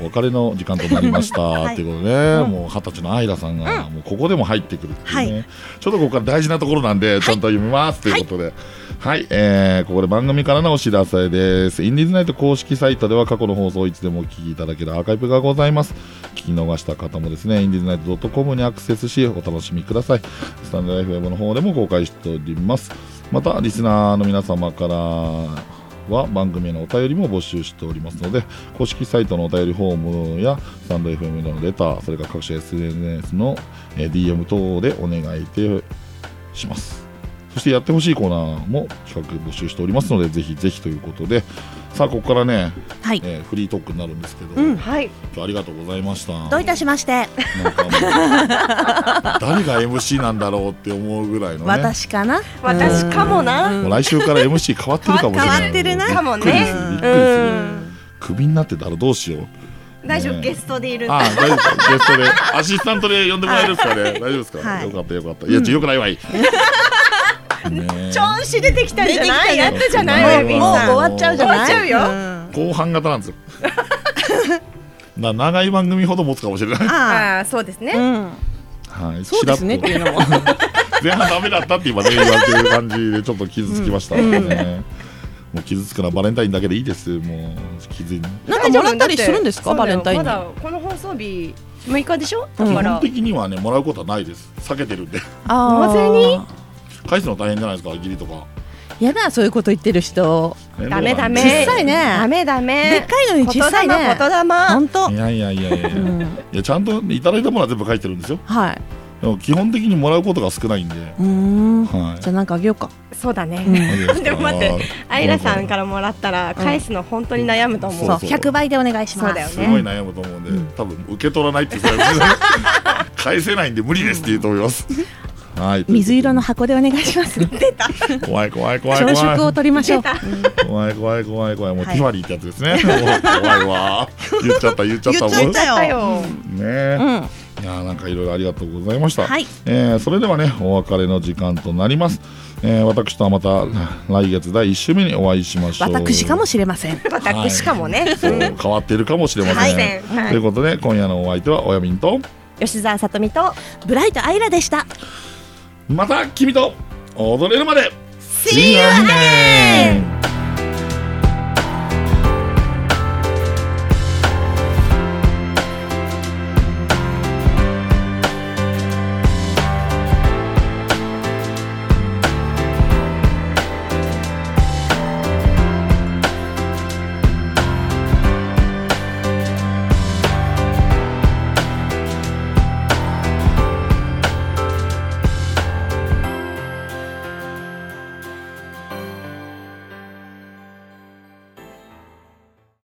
[SPEAKER 2] お別れの時間となりま した、
[SPEAKER 3] い
[SPEAKER 2] ということでね、もう二十歳のアイラさんが、もうここでも入ってくるっていうね、ちょっとここから大事なところなんでちゃんと読みますということではい、えーここで番組からのお知らせですインディーズナイト公式サイトでは過去の放送をいつでもお聞きいただけるアーカイブがございます聞き逃した方もですねインディーズナイト .com にアクセスしお楽しみくださいスタンド FM の方でも公開しておりますまたリスナーの皆様からは番組へのお便りも募集しておりますので公式サイトのお便りフォームやスタンド FM でのレターそれから各種 SNS のえー DM 等でお願いいてしますそしてやってほしいコーナーも企画募集しておりますのでぜひぜひということでさあここからね、
[SPEAKER 3] はい
[SPEAKER 2] えーフリートークになるんですけど、今
[SPEAKER 4] はい
[SPEAKER 2] 日ありがとうございました
[SPEAKER 3] どういたしまして、
[SPEAKER 2] なんかもう 誰が MC なんだろうって思うぐらいのね
[SPEAKER 3] 私かな
[SPEAKER 4] 私かもな
[SPEAKER 2] もう来週から MC 変わってるかもしれない
[SPEAKER 3] 変わってるな
[SPEAKER 4] かもね
[SPEAKER 2] びっくりするびっくり
[SPEAKER 4] う
[SPEAKER 2] する
[SPEAKER 4] ん
[SPEAKER 2] クビになってたらどうしよう
[SPEAKER 4] 大丈夫
[SPEAKER 2] ね
[SPEAKER 4] ゲストでいる
[SPEAKER 2] ああ大丈夫ゲスト でアシスタントで呼んでもらえるんですかね大丈夫ですか、
[SPEAKER 3] はい
[SPEAKER 2] よかったよかったいやちょよくないわいね
[SPEAKER 4] 調子出てきたんじゃないやったじゃ
[SPEAKER 2] は
[SPEAKER 4] ないもう
[SPEAKER 2] い
[SPEAKER 4] 終
[SPEAKER 2] はい
[SPEAKER 4] わっちゃうじゃない終
[SPEAKER 2] 終
[SPEAKER 4] わっちゃうよ
[SPEAKER 2] 後半型 なんですよな長い番組ほど持つかもしれない、
[SPEAKER 3] あ
[SPEAKER 4] ああそうですね
[SPEAKER 3] うん
[SPEAKER 2] はい、
[SPEAKER 3] そうですねっ
[SPEAKER 2] ちら
[SPEAKER 3] て
[SPEAKER 2] と
[SPEAKER 3] いう のも
[SPEAKER 2] 前半ダメだったって今ね言われてる感じでちょっと傷つきましたね、もう傷つくのはバレンタインだけでいいですもう傷に
[SPEAKER 3] なんかもらったりするんですか
[SPEAKER 4] そうだ
[SPEAKER 3] バ
[SPEAKER 4] よ
[SPEAKER 3] レンタイン
[SPEAKER 4] ま
[SPEAKER 3] に、
[SPEAKER 4] だこの放送日6日でしょだ
[SPEAKER 2] 基
[SPEAKER 4] から
[SPEAKER 2] 本的にはねもらうことはないです避けてるんで
[SPEAKER 3] あー
[SPEAKER 4] 小
[SPEAKER 2] 返すの大変じゃないですか義理とか、
[SPEAKER 6] やだそういうこと言ってる人
[SPEAKER 2] ね
[SPEAKER 4] ダメダメ
[SPEAKER 2] どう
[SPEAKER 3] 小
[SPEAKER 2] なん
[SPEAKER 3] さいね
[SPEAKER 4] ダメダ
[SPEAKER 6] でっ
[SPEAKER 4] メ
[SPEAKER 6] かいのに小さいね
[SPEAKER 4] 言霊
[SPEAKER 6] 本当
[SPEAKER 2] いやいやいやいや、いやちゃんといただいたものは全部書いてるんですよ
[SPEAKER 6] はい
[SPEAKER 2] でも基本的にもらうことが少ないんで、
[SPEAKER 6] うーん
[SPEAKER 2] はい
[SPEAKER 6] じゃあなんかあげようか
[SPEAKER 4] そうだねでも待ってアイラさんかららもらったら返すの本当に悩むと思う
[SPEAKER 2] そう
[SPEAKER 3] 100倍でお願いします
[SPEAKER 4] そうだよ
[SPEAKER 2] すごい悩むと思うんで、多分受け取らないって言ってたら 返せないんで無理ですって言うと思います、はい
[SPEAKER 6] 水色の箱でお願いします
[SPEAKER 2] 怖い怖い怖い
[SPEAKER 6] 朝
[SPEAKER 2] 怖い
[SPEAKER 6] 食を取りましょう
[SPEAKER 2] 怖い怖い怖い怖いもうティファリーってやつですね、もう怖いわ言っちゃった言っちゃったもん
[SPEAKER 6] 言っちゃった
[SPEAKER 4] だよ
[SPEAKER 2] ねえ、いやーなんかいろいろありがとうございました、
[SPEAKER 3] はい
[SPEAKER 2] えーそれではねお別れの時間となります、えー私とはまた来月第1週目にお会いしましょう
[SPEAKER 3] 私かもしれません。
[SPEAKER 2] はい
[SPEAKER 4] 私しかもね、
[SPEAKER 2] そう変わっているかもしれません、
[SPEAKER 4] はい
[SPEAKER 2] ということで今夜のお相手はおやみんと
[SPEAKER 4] 吉澤さとみと
[SPEAKER 3] ブライトアイラでした。
[SPEAKER 2] また君と踊れるまで See you again!